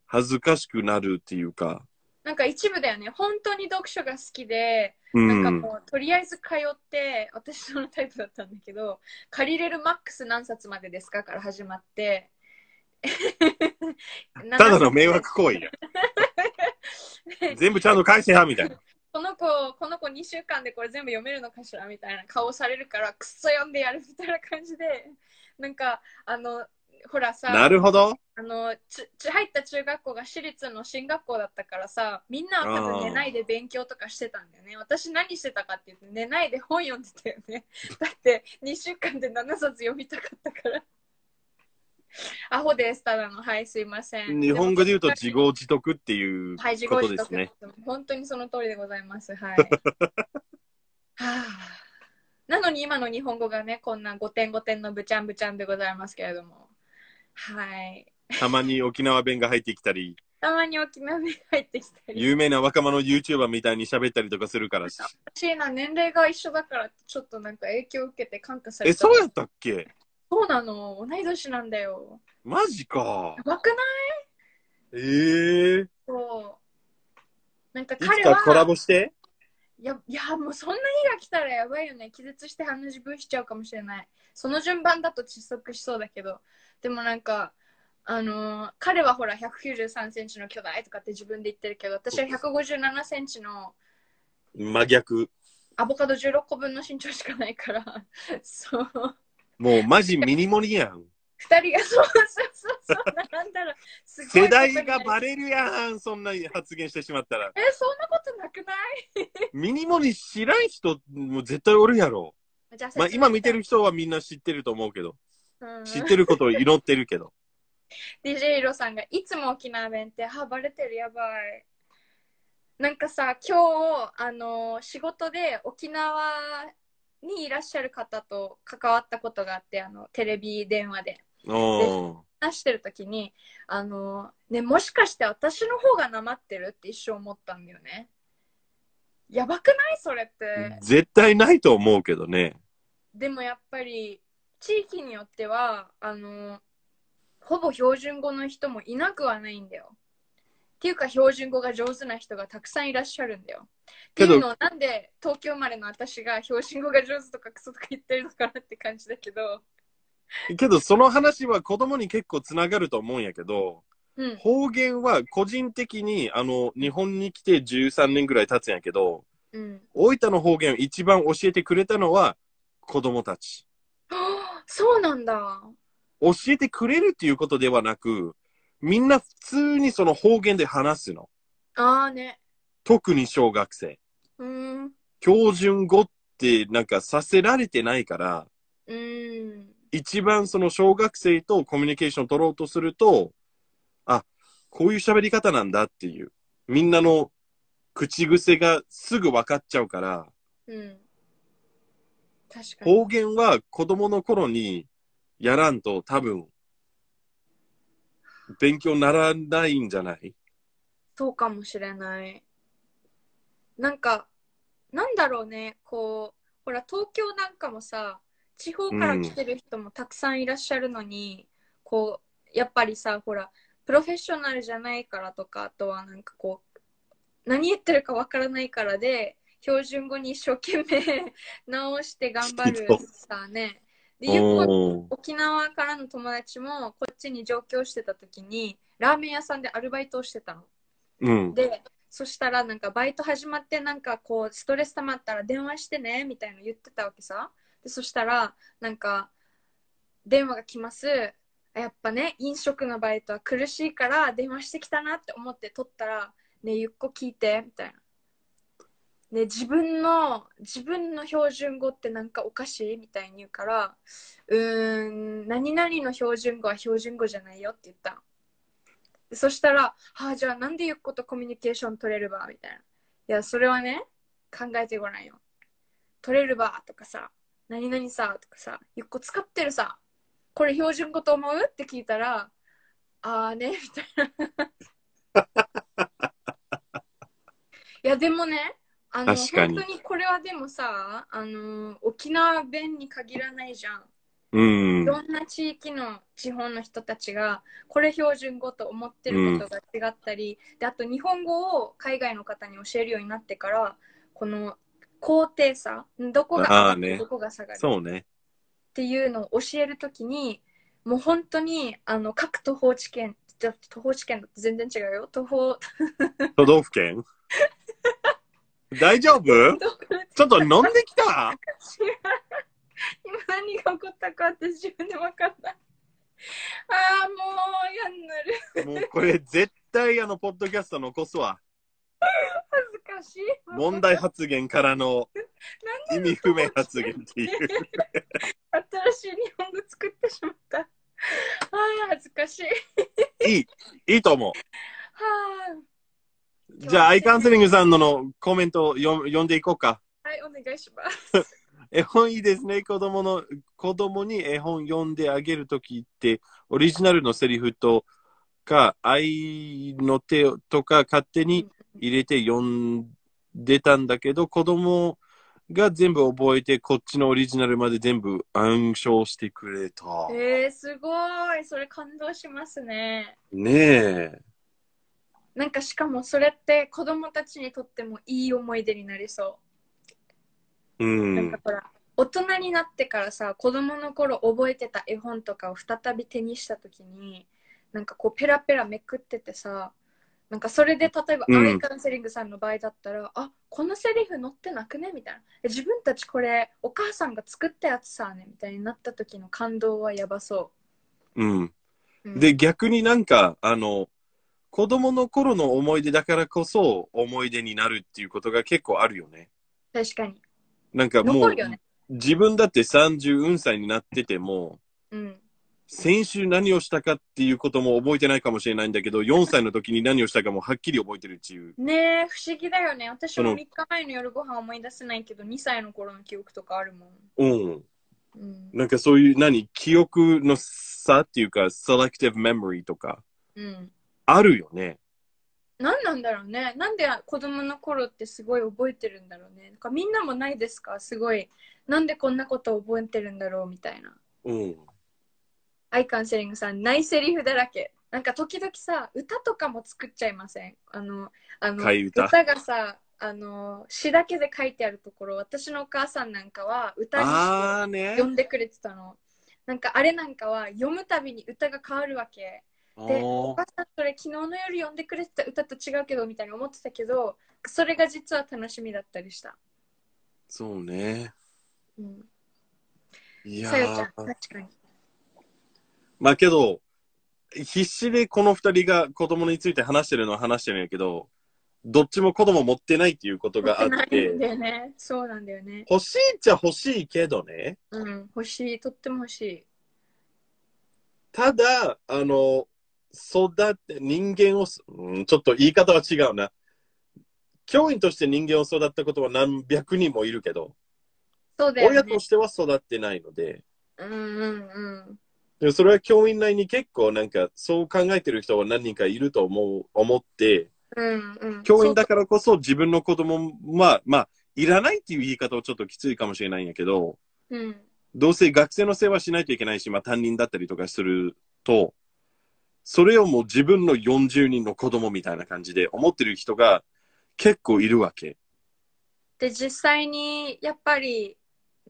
A: 恥ずかしくなるっていうか。
B: なんか一部だよね。本当に読書が好きで、
A: う
B: なんか
A: ん。
B: もうとりあえず通って、私そのタイプだったんだけど、借りれるマックス何冊までですかから始まって、 た
A: ただの迷惑行為や。全部ちゃんと返せや、みたいな。
B: この子、この子2週間でこれ全部読めるのかしらみたいな顔されるから、くっそ読んでやるみたいな感じで、なんか、あの、ほらさ、
A: なるほど。
B: あのちち入った中学校が私立の進学校だったからさみんなは多分寝ないで勉強とかしてたんだよね私何してたかって言って寝ないで本読んでたよ ねだって2週間で7冊読みたかったからアホですただのはいすいません
A: 日本語で言うと
B: も
A: 自業自得っていう
B: はい自
A: こ
B: 業
A: と
B: 自
A: です
B: 得
A: ね。
B: 本当にその通りでございま すはいはあなのに今の日本語がねこんな5点5点のぶちゃんぶちゃんでございますけれどもはい
A: たまに沖縄弁が入ってきたり、
B: たまに沖縄に入ってきたり
A: 有名な若者の YouTuber みたいに喋ったりとかするから。
B: 私な年齢が一緒だからちょっとなんか影響を受けて感化され
A: え、
B: た
A: そうやったっけ
B: そうなの同い年なんだよ
A: マジか
B: や。ばくない
A: ええ
B: そうなんか
A: い
B: 彼
A: つかコラ
B: は
A: ボして
B: いやいやもうそんな日が来たらやばいよね気絶して鼻血ぶしちゃうかもしれないその順番だと窒息しそうだけどでもなんかあのー彼はほら1 9 3センチの巨大とかって自分で言ってるけど私は1 5 7センチの
A: 真逆。
B: アボカド16個分の身長しかないから そう
A: もうマジミニモニやん。
B: 二人がそうそうそうそう並んだらすごい
A: 世代がバレ
B: レ
A: るやん、そんな発言してしまったら。
B: えそんなことなくない
A: ミニモニ知らん人も絶対おるやろ。
B: じゃあ
A: まあ今見てる、人はみんな知ってると思うけど、
B: うん、
A: 知ってることを祈ってるけど。
B: DJ イロさんがいつも沖縄弁ってあバレてるやばいなんかさ今日あの仕事で沖縄にいらっしゃる方と関わったことがあってあのテレビ電話で
A: うん。
B: 話してる時にあのねもしかして私の方がなまってるって一瞬思ったんだよねやばくないそれって
A: 絶対ないと思うけどね。
B: でもやっぱり地域によってはあのほぼ標準語の人もいなくはないんだよ。っていうか標準語が上手な人がたくさんいらっしゃるんだよ。って
A: けど
B: いうのをなんで東京生まれの私が標準語が上手とかクソとか言ってるのかなって感じだけど。
A: けどその話は子供に結構つながると思うんやけど、
B: うん。
A: 方言は個人的にあの、日本に来て13年ぐらい経つんやけど、
B: うん、
A: 大分の方言を一番教えてくれたのは子供たち。
B: はあそうなんだ。
A: 教えてくれるっていうことではなく、みんな普通にその方言で話すの。
B: ああね。
A: 特に小学生。
B: うーん。
A: 標準語ってなんかさせられてないから、
B: うーん。
A: 一番その小学生とコミュニケーションを取ろうとすると、あ、こういう喋り方なんだっていう。みんなの口癖がすぐ分かっちゃうから、
B: うん。確かに。
A: 方言は子供の頃にやらんと多分、勉強にならないんじゃない
B: そうかもしれない。なんか、なんだろうね。こう、ほら、東京なんかもさ、地方から来てる人もたくさんいらっしゃるのに、こう、やっぱりさ、ほら、プロフェッショナルじゃないからとか、あとはなんかこう、何言ってるかわからないからで、標準語に一生懸命 直して頑張るさね。で、ゆっこ
A: おー
B: 沖縄からの友達もこっちに上京してた時にラーメン屋さんでアルバイトをしてたの。
A: うん。
B: でそしたらなんかバイト始まってなんかこうストレス溜まったら電話してねみたいなの言ってたわけさ。でそしたらなんか電話が来ます。やっぱね飲食のバイトは苦しいから電話してきたなって思って取ったら「ねえゆっこ聞いて」みたいな。ね自分の自分の標準語ってなんかおかしいみたいに言うからうーん何々の標準語は標準語じゃないよって言ったのでそしたら「はあじゃあなんでゆっことコミュニケーション取れるば」みたいな「いやそれはね考えてごらんよ取れるば」とかさ「何々さ」とかさ「ゆっこ使ってるさこれ標準語と思う?」って聞いたら「ああね」みたいな いやでもねあの
A: 確かに
B: 本当にこれはでもさあの沖縄弁に限らないじゃん
A: うん
B: い。ろんな地域の地方の人たちがこれ標準語と思ってることが違ったり、であと日本語を海外の方に教えるようになってからこの高低差どこが上が
A: あー
B: る、
A: ね
B: どこが下がるっ
A: そうね。
B: ていうのを教えるときにもう本当にあの各都道地県じゃ都道地県だって全然違うよ都道
A: 都道府県 大丈夫
B: 都道
A: ちょっと飲んできた
B: 違う今何が起こったか私自分で分かったああもうやんなる
A: もうこれ絶対あの、ポッドキャスト残すわ。
B: 恥ずかしい
A: 問題発言からの意味不明発言っていう。
B: 新しい日本語作ってしまった。ああ、恥ずかしい。
A: いい、いいと思う。
B: は
A: じゃあ、アイカンセリングさんののコメントを読読んでいこうか。
B: あ、はい、お願いします。
A: 絵本いいですね。子供の、子供に絵本読んであげるときって、オリジナルのセリフとか、愛の手とか勝手に入れて読んでたんだけど、子供が全部覚えて、こっちのオリジナルまで全部暗唱してくれた。
B: えー、すごい。それ感動しますね。
A: ねえ。
B: なんかしかもそれって子供たちにとってもいい思い出になりそうう。なん
A: ん
B: か。ほら、大人になってからさ、子供の頃覚えてた絵本とかを再び手にした時に、なんかこうペラペラめくっててさ、なんかそれで例えば、
A: うん
B: アイカンセリングさんの場合だったら、あこのセリフ載ってなくねみたいな。え自分たちこれ、お母さんが作ったやつさねみたいになった時の感動はやばそ
A: うん。
B: う。うん、
A: で、逆になんか、あの、子供の頃の思い出だからこそ思い出になるっていうことが結構あるよね。
B: 確かに。
A: なんかも
B: 残
A: う
B: る、よね。
A: 自分だって34歳になってても、
B: うん。
A: 先週何をしたかっていうことも覚えてないかもしれないんだけど、4歳の時に何をしたかもはっきり覚えてるっていう。
B: ねえ、不思議だよね。私
A: そ
B: も
A: の
B: 3日前の夜ご飯思い出せないけど、2歳の頃の記憶とかあるもん。
A: うん。
B: うん。
A: なんかそういう何、記憶の差っていうか、selective memory とか、
B: うん。
A: あるよね。
B: 何なんだろうね。なんで子供の頃ってすごい覚えてるんだろうね。なんかみんなもないですかすごい。なんでこんなこと覚えてるんだろうみたいな。
A: うん。
B: アイカンセリングさん、ないセリフだらけ。なんか時々さ、歌とかも作っちゃいません。あの、あの、
A: 替え歌
B: がさ、あの、詩だけで書いてあるところ、私のお母さんなんかは歌にして
A: あーね。
B: 読んでくれてたの。なんかあれなんかは読むたびに歌が変わるわけ。で、お
A: おー
B: 母さんそれ昨日の夜読んでくれてた歌と違うけどみたいに思ってたけど、それが実は楽しみだったりした。
A: そうね。
B: うん。
A: いや
B: さよちゃん、
A: ー
B: 確かに。
A: まあけど、必死でこの二人が子供について話してるのは話してるんやけど、どっちも子供持ってないっていうことがあっ
B: ないん
A: て、
B: だよね。そうなんだよね。
A: 欲しいっちゃ欲しいけどね、
B: うん、欲しい、とっても欲しい。
A: ただ、あの、育て、人間をす、うん、ちょっと言い方は違うな。教員として人間を育ったことは何百人もいるけど、
B: そうだよね。
A: 親としては育ってないので、
B: うんうんうん。
A: でもそれは教員内に結構なんかそう考えてる人は何人かいると思う、思って、
B: うんうん。
A: 教員だからこそ自分の子供は、まあ、いらないっていう言い方はちょっときついかもしれないんやけど、
B: そう。うん。
A: どうせ学生の世話しないといけないし、まあ担任だったりとかすると、それをもう自分の40人の子供みたいな感じで思ってる人が結構いるわけ。
B: で、実際に、やっぱり、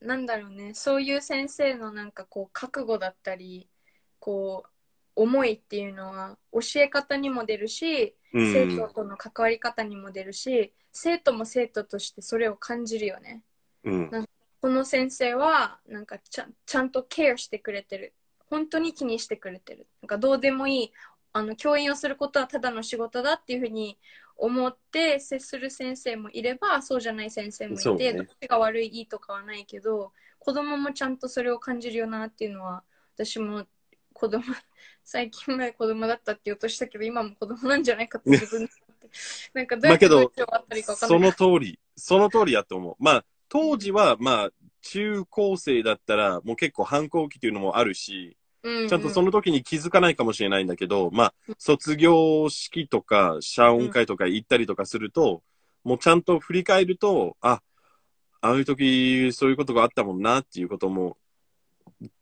B: なんだろうね、そういう先生のなんかこう、覚悟だったり、こう、思いっていうのは、教え方にも出るし、
A: う
B: 生徒
A: ん。
B: との関わり方にも出るし、生徒も生徒としてそれを感じるよね。
A: うん。
B: この先生はなんかちゃんちゃんとケアしてくれてる本当に気にしてくれてるなんかどうでもいいあの教員をすることはただの仕事だっていうふうに思って接する先生もいればそうじゃない先生もい
A: そう
B: て、
A: ね
B: どっちが悪いいいとかはないけど子供もちゃんとそれを感じるよなっていうのは私も子供最近まで子供だったって言おうとしたけど今も子供なんじゃないかって自分で思ってなんかどうやって
A: まあけど
B: どうやって終わったらいいか分かんな
A: そ
B: い
A: の通り、その通りやと思う。まあ、当時はまあ、中高生だったらもう結構反抗期というのもあるし、
B: うんうん
A: ちゃんとその時に気づかないかもしれないんだけど、まあ、卒業式とか、謝恩会とか行ったりとかすると、もうちゃんと振り返ると、あ、あの時そういうことがあったもんなっていうことも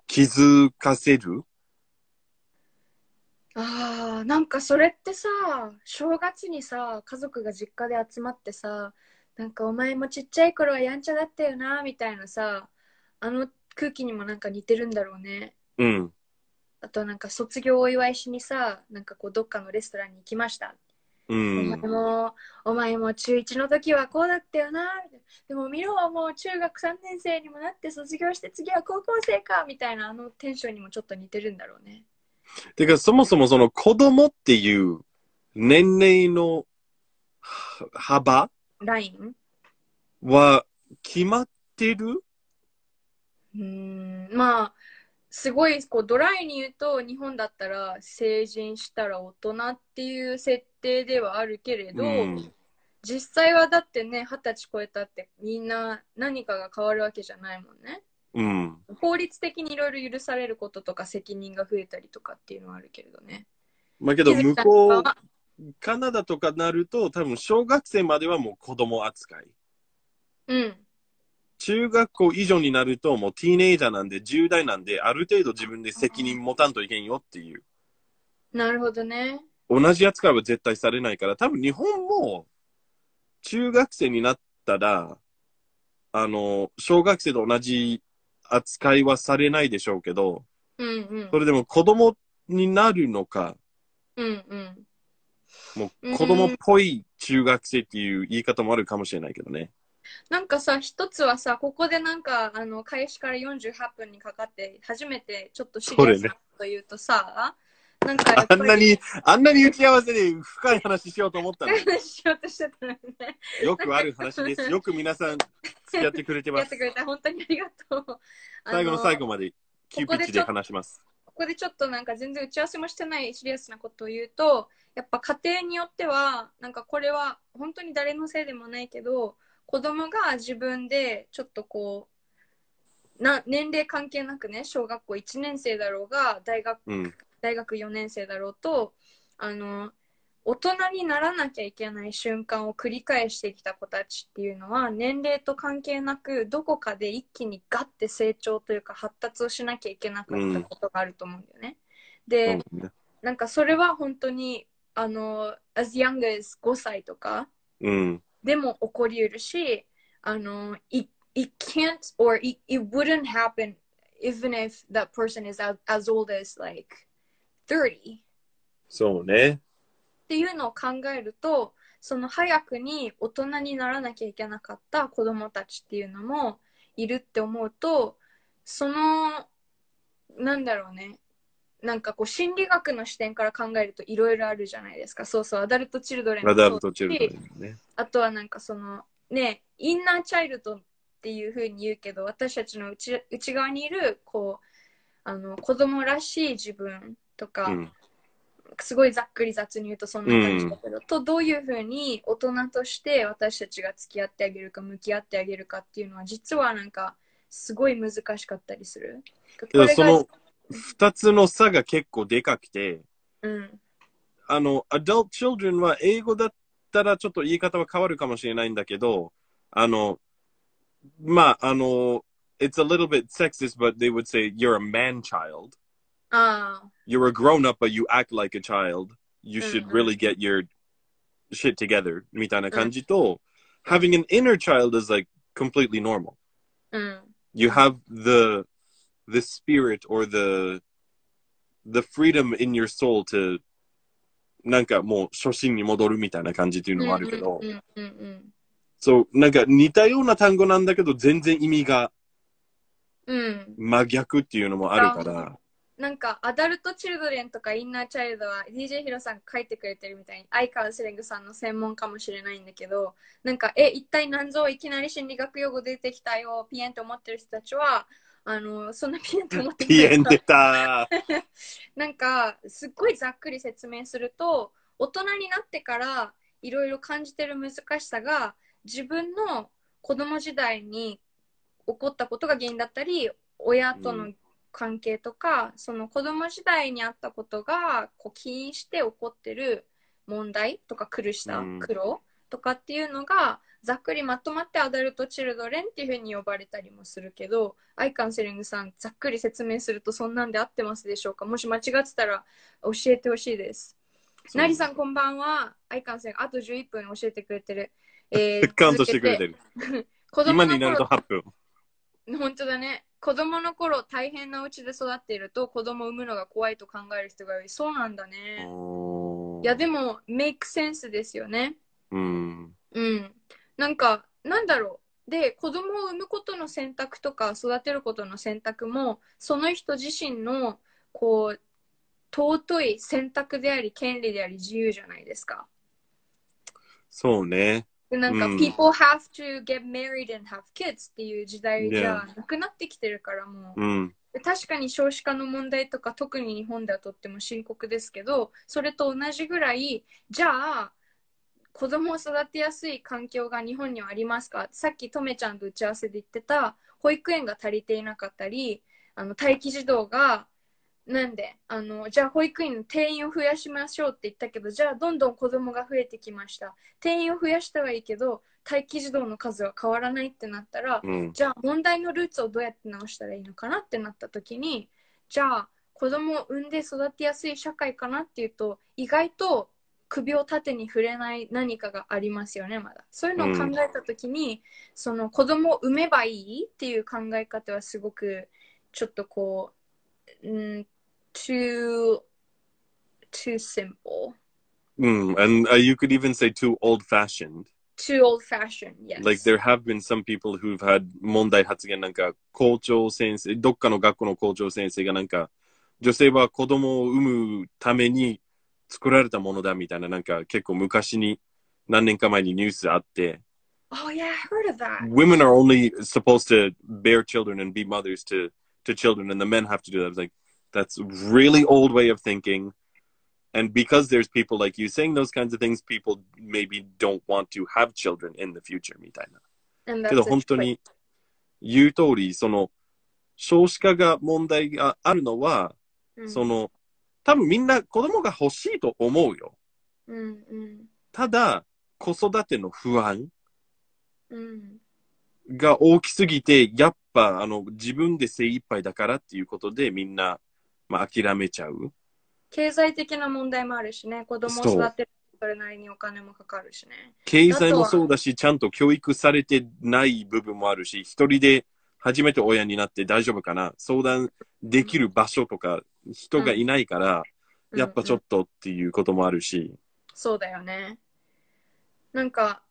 A: 気づかせる。
B: ああ、なんかそれってさ、正月にさ、家族が実家で集まってさ、なんかお前もちっちゃい頃はやんちゃだったよな、みたいなさ、あの空気にもなんか似てるんだろうね。
A: うん。
B: あとなんか卒業お祝いしにさ、なんかこうどっかのレストランに行きました。
A: う
B: お
A: ん
B: 前。も、お前も中1の時はこうだったよな、みたいなでもミロはもう中学3年生にもなって卒業して次は高校生か、みたいなあのテンションにもちょっと似てるんだろうね。
A: てか、そもそもその子供っていう年齢のは幅
B: ライン
A: は決まってる
B: うーんまあすごいこうドライに言うと日本だったら成人したら大人っていう設定ではあるけれど、
A: うん
B: 実際はだってね二十歳超えたってみんな何かが変わるわけじゃないもんね
A: うん。
B: 法律的にいろいろ許されることとか責任が増えたりとかっていうのはあるけれどね
A: まあけど、
B: 気づ
A: 向
B: いたの
A: こう、
B: は
A: カナダとかなると、多分小学生まではもう子供扱い。
B: うん
A: 中学校以上になると、もうティーネイジャーなんで、10代なんで、ある程度自分で責任持たんといけんよっていう。
B: なるほどね
A: 同じ扱いは絶対されないから、多分日本も、中学生になったら、あの、小学生と同じ扱いはされないでしょうけど、
B: うんうん
A: それでも子供になるのか、
B: うんうん
A: もう子供っぽい中学生っていう言い方もあるかもしれないけどね。
B: なんかさ、一つはさ、ここでなんか、あの、開始から48分にかかって、初めてちょっとシリアスなこと言うとさ、なんかやっぱ
A: あ
B: り、
A: んな に、あんなに打ち合わせで深い話しようと思ったのに。
B: 話しようとしてたのにね。
A: よくある話です。よく皆さん付き合ってくれて
B: や
A: ま
B: って
A: す
B: く。れた、本当にありがとう。
A: 最後の最後
B: 後。
A: まで急ピッチで話します。
B: ここでちょっとなんか全然打ち合わせもしてないシリアスなことを言うと、やっぱ家庭によっては、なんかこれは本当に誰のせいでもないけど、子供が自分でちょっとこう、な年齢関係なくね小学校1年生だろうが大学
A: うん。
B: 大学4年生だろうとあの大人にならなきゃいけない瞬間を繰り返してきた子たちっていうのは年齢と関係なくどこかで一気にガッて成長というか発達をしなきゃいけなかったことがあると思うんだよね。で、なんかそれは本当にあの as young as 5歳とか
A: うん。
B: でも起こりうるし、あの、it, it can't or it, it wouldn't happen even if that person is as, as old as like 30.
A: そうね。
B: っていうのを考えるとその早くに大人にならなきゃいけなかった子どもたちっていうのもいるって思うとそのなんだろうねなんかこう心理学の視点から考えるといろいろあるじゃないですかそうそうアダルト・チルドレンも
A: ア
B: そう
A: ダルトチルドレンね。
B: あとはなんかそのねインナーチャイルドっていうふうに言うけど私たちの内内側にいるこうあの子供らしい自分とか、
A: うん。
B: すごいざっくり雑に言うとそんな感じだけど、とどういうふうに大人として私たちが付き合ってあげるか向き合ってあげるかっていうのは実はなんかすごい難しかったりする。
A: いやその二つの差が結構でかくて、
B: うん、
A: あの、adult children は英語だったらちょっと言い方は変わるかもしれないんだけど、あの、まあ、あの、it's a little bit sexist, but they would say you're a man child.
B: ああ
A: You're a grown up, but you act like a child. You should
B: うんうん
A: really get your shit together みたいな感じと、having an inner child is like completely normal.
B: うん、
A: you have the the spirit or the the freedom in your soul to なんかもう初心に戻るみたいな感じっていうのもあるけど、
B: うんうんうんうん
A: そうなんか似たような単語なんだけど全然意味が
B: うん、
A: 真逆っていうのもある から
B: なんかアダルトチルドレンとかインナーチャイルドは DJ ヒロさんが書いてくれてるみたいにアイカウンセリングさんの専門かもしれないんだけどなんかえ一体何ぞいきなり心理学用語出てきたよピエンと思ってる人たちはあのそんなピエンと思って
A: ピエン
B: ない
A: 出た
B: なんかすっごいざっくり説明すると大人になってからいろいろ感じてる難しさが自分の子供時代に起こったことが原因だったり親と
A: う
B: の関係とか、その子供時代にあったことがこう起因して起こってる問題とか苦しさ、
A: うん
B: 苦労とかっていうのがざっくりまとまってアダルト・チルドレンっていうふうに呼ばれたりもするけどアイカウンセリングさんざっくり説明するとそんなんで合ってますでしょうかもし間違ってたら教えてほしいです。なりさんこんばんは。アイカンセあと11分教えてくれてる。えー
A: カウントしてくれてる
B: 子供
A: 今
B: の
A: になると
B: 頃
A: 8分
B: 本当だね。子供の頃大変なうちで育っていると子供を産むのが怖いと考える人が多い。そうなんだね。いやでも、メイクセンスですよね。
A: うん
B: うん。なんか、なんだろう。で、子供を産むことの選択とか、育てることの選択も、その人自身の、こう、尊い選択であり、権利であり、自由じゃないですか。
A: そうね
B: でなんか、
A: うん
B: people have to get married and have kids っていう時代じゃなくなってきてるからもう、
A: うん
B: で確かに少子化の問題とか特に日本ではとっても深刻ですけどそれと同じぐらいじゃあ子供を育てやすい環境が日本にはありますかさっきとめちゃんと打ち合わせで言ってた保育園が足りていなかったりあの待機児童がなんであのじゃあ保育園の定員を増やしましょうって言ったけどじゃあどんどん子供が増えてきました定員を増やしたはいいけど待機児童の数は変わらないってなったら
A: うん
B: じゃあ問題のルーツをどうやって直したらいいのかなってなった時にじゃあ子供を産んで育てやすい社会かなっていうと意外と首を縦に触れない何かがありますよねまだそういうのを考えた時に、その子供を産めばいいっていう考え方はすごくちょっとこううん too too simple
A: うん and、uh, you could even say too old fashioned
B: too old fashioned yes
A: Like there have been some people who've had 問題発言なんか校長先生どっかの学校の校長先生がなんか女性は子供を産むために作られたものだみたいななんか結構昔に何年か前にニュースあって
B: oh yeah I heard of that
A: Women are only supposed to bear children and be mothers to, to children and the men have to do that. I was like that's a really old way of thinking and because there's people like you saying those kinds of things people maybe don't want to have children in the future みたいな。
B: And that's
A: けど本当
B: it.
A: に言う通り、その少子化が問題があるのは、
B: うん
A: その多分みんな子供が欲しいと思うよ。
B: うんうん
A: ただ、子育ての不安
B: うん
A: が大きすぎて、やっぱあの自分で精一杯だからっていうことでみんな、まあ、諦めちゃう。
B: 経済的な問題もあるしね子供を
A: そう
B: 育てるそれなりにお金もかかるしね
A: 経済もそうだし、ちゃんと教育されてない部分もあるし、一人で初めて親になって大丈夫かな、相談できる場所とか人がいないから、やっぱちょ
B: と、
A: っとっていうこともあるし、
B: そうだよねなんか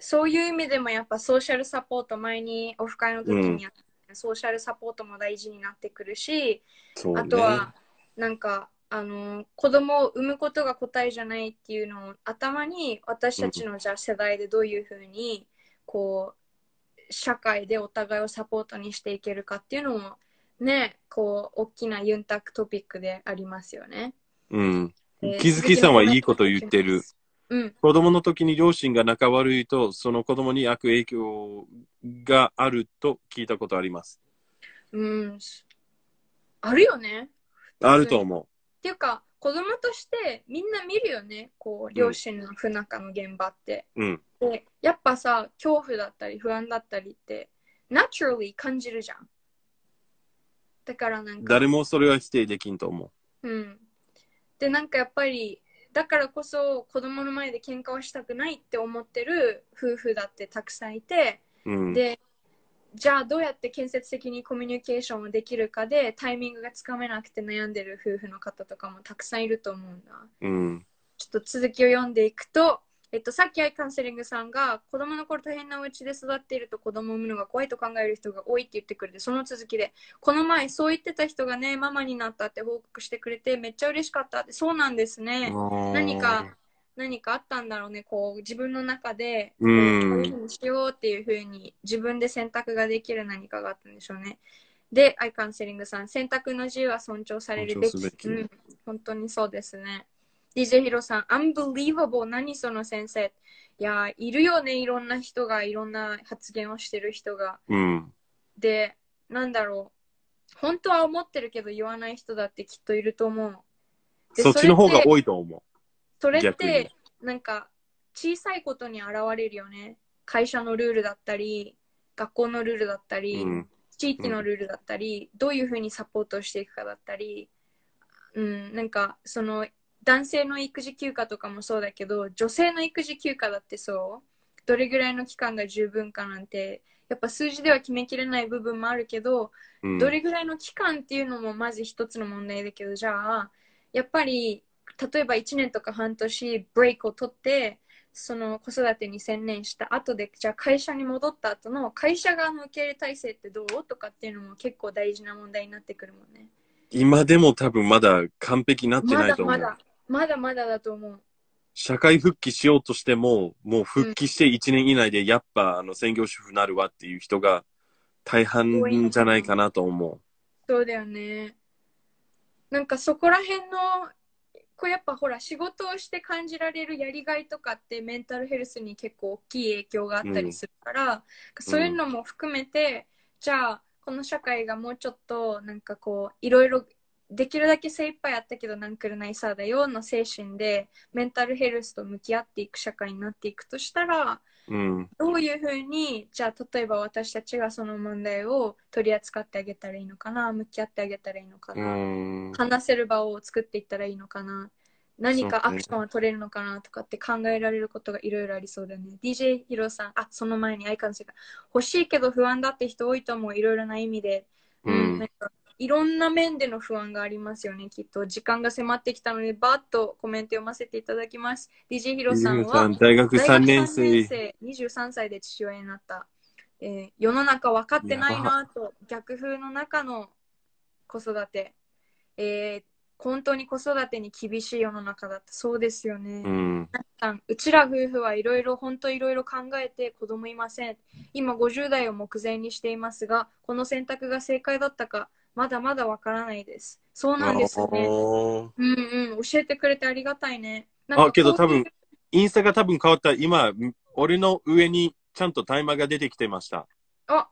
B: そういう意味でもやっぱソーシャルサポート前にオフ会の時にやった、ソーシャルサポートも大事になってくるし
A: そうね。
B: あとはなんか、あの、子供を産むことが答えじゃないっていうのを頭に、私たちのじゃあ世代でどういうふうに、こう、社会でお互いをサポートにしていけるかっていうのも、ね、こう、大きなユンタクトピックでありますよね。
A: うん。
B: で
A: 木月さんはいいこと言ってる。
B: うん。
A: 子供の時に両親が仲悪いと、その子供に悪影響があると聞いたことあります。
B: うん。あるよね。
A: あると思
B: っていうか、子供としてみんな見るよね。こう、両親の不仲の現場って。
A: う。うん。
B: で、やっぱさ、恐怖だったり不安だったりって、naturally 感じるじゃん。だからなんか、
A: 誰もそれは否定できんと思
B: うん。で、なんかやっぱり、だからこそ子供の前で喧嘩をしたくないって思ってる夫婦だってたくさんいて、
A: う。うん。
B: で、じゃあどうやって建設的にコミュニケーションをできるかで、タイミングがつかめなくて悩んでる夫婦の方とかもたくさんいると思うんだ。
A: うん。
B: ちょっと続きを読んでいくと、えっと、さっきアイカンセリングさんが子供の頃大変なお家で育っていると子供を産むのが怖いと考える人が多いって言ってくれてその続きでこの前そう言ってた人がねママになったって報告してくれてめっちゃ嬉しかったってそうなんですね何
A: 何
B: か何かあったんだろうねこう自分の中でこ
A: う
B: うんこういうふうにしようっていうふうに自分で選択ができる何かがあったんでしょうねでアイカンセリングさん選択の自由は尊重されるべき
A: 尊重すべき
B: うん、本当にそうですね DJ ヒロさん Unbelievable 何その先生いやーいるよねいろんな人がいろんな発言をしてる人が
A: うん。
B: でなんだろう本当は思ってるけど言わない人だってきっといると思うで
A: そっちの方
B: それっ
A: が
B: て
A: 多いと思
B: それっ
A: 逆に
B: てなんか小さいことに現れるよね会社のルールだったり学校のルールだった
A: う。
B: り、
A: うん。
B: 地域のルールだったり、どういうふうにサポートしていくかだったり、うん、なんかその男性の育児休暇とかもそうだけど女性の育児休暇だってそうどれぐらいの期間が十分かなんてやっぱ数字では決めきれない部分もあるけど、
A: うん
B: どれぐらいの期間っていうのもまず一つの問題だけどじゃあやっぱり例えば1年とか半年ブレイクを取ってその子育てに専念した後でじゃあ会社に戻った後の会社側の受け入れ体制ってどうとかっていうのも結構大事な問題になってくるもんね。
A: 今でも多分まだ完璧になって
B: ま
A: ない
B: だ
A: と思
B: ま
A: う。
B: だまだまだだと思う。
A: 社会復帰しようとしても、もう復帰して1年以内で、やっぱあの専業主婦になるわっていう人が大半じゃないかなと思
B: そうだよね。なんかそこら辺のこうやっぱほら仕事をして感じられるやりがいとかってメンタルヘルスに結構大きい影響があったりするから、そういうのも含めて、じゃあこの社会がもうちょっとなんかこういろいろできるだけ精一杯やったけどなんくるないさだよの精神でメンタルヘルスと向き合っていく社会になっていくとしたら、
A: う。うん。
B: どういうふうにじゃあ例えば私たちがその問題を取り扱ってあげたらいいのかな向き合ってあげたらいいのか
A: う
B: な、
A: ん。
B: 話せる場を作っていったらいいのかな何かアクションを取れるのかなとかって考えられることがいろいろありそうだね DJ ヒロさんあその前に相関性が欲しいけど不安だって人多いと思ういろいろな意味で
A: う。
B: なんんかいろんな面での不安がありますよねきっと時間が迫ってきたのでバーッとコメント読ませていただきます DJ ヒロさんは
A: 大学3年生。
B: 大学3年生23歳で父親になった、えー世の中分かってないなと逆風の中の子育て、えー本当に子育てに厳しい世の中だったそうですよね、
A: うん。
B: さんうちら夫婦はいろいろ本当いろいろ考えて子供いません今50代を目前にしていますがこの選択が正解だったかまだまだわからないですそうなんですね
A: あ
B: うんうん教えてくれてありがたいねなんか
A: あ、けど
B: こ
A: 多
B: ういう
A: 分、インスタが多分変わった。今、俺の上にちゃんとタイマーが出てきてました。
B: あ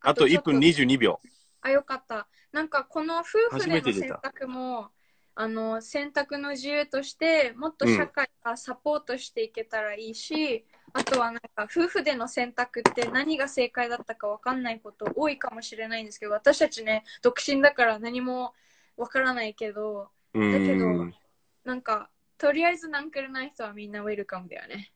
A: あと1分
B: ちょっ
A: 22秒。
B: あよかったなんかこの夫婦
A: 初
B: で
A: め
B: の
A: て出
B: 選
A: た
B: 択もあの選択の自由としてもっと社会がサポートしていけたらいいし、あとはなんか夫婦での選択って何が正解だったかわかんないこと多いかもしれないんですけど私たちね独身だから何もわからないけど
A: うん。
B: だけどなんかとりあえずなんくるない人はみんなウェルカムだよね。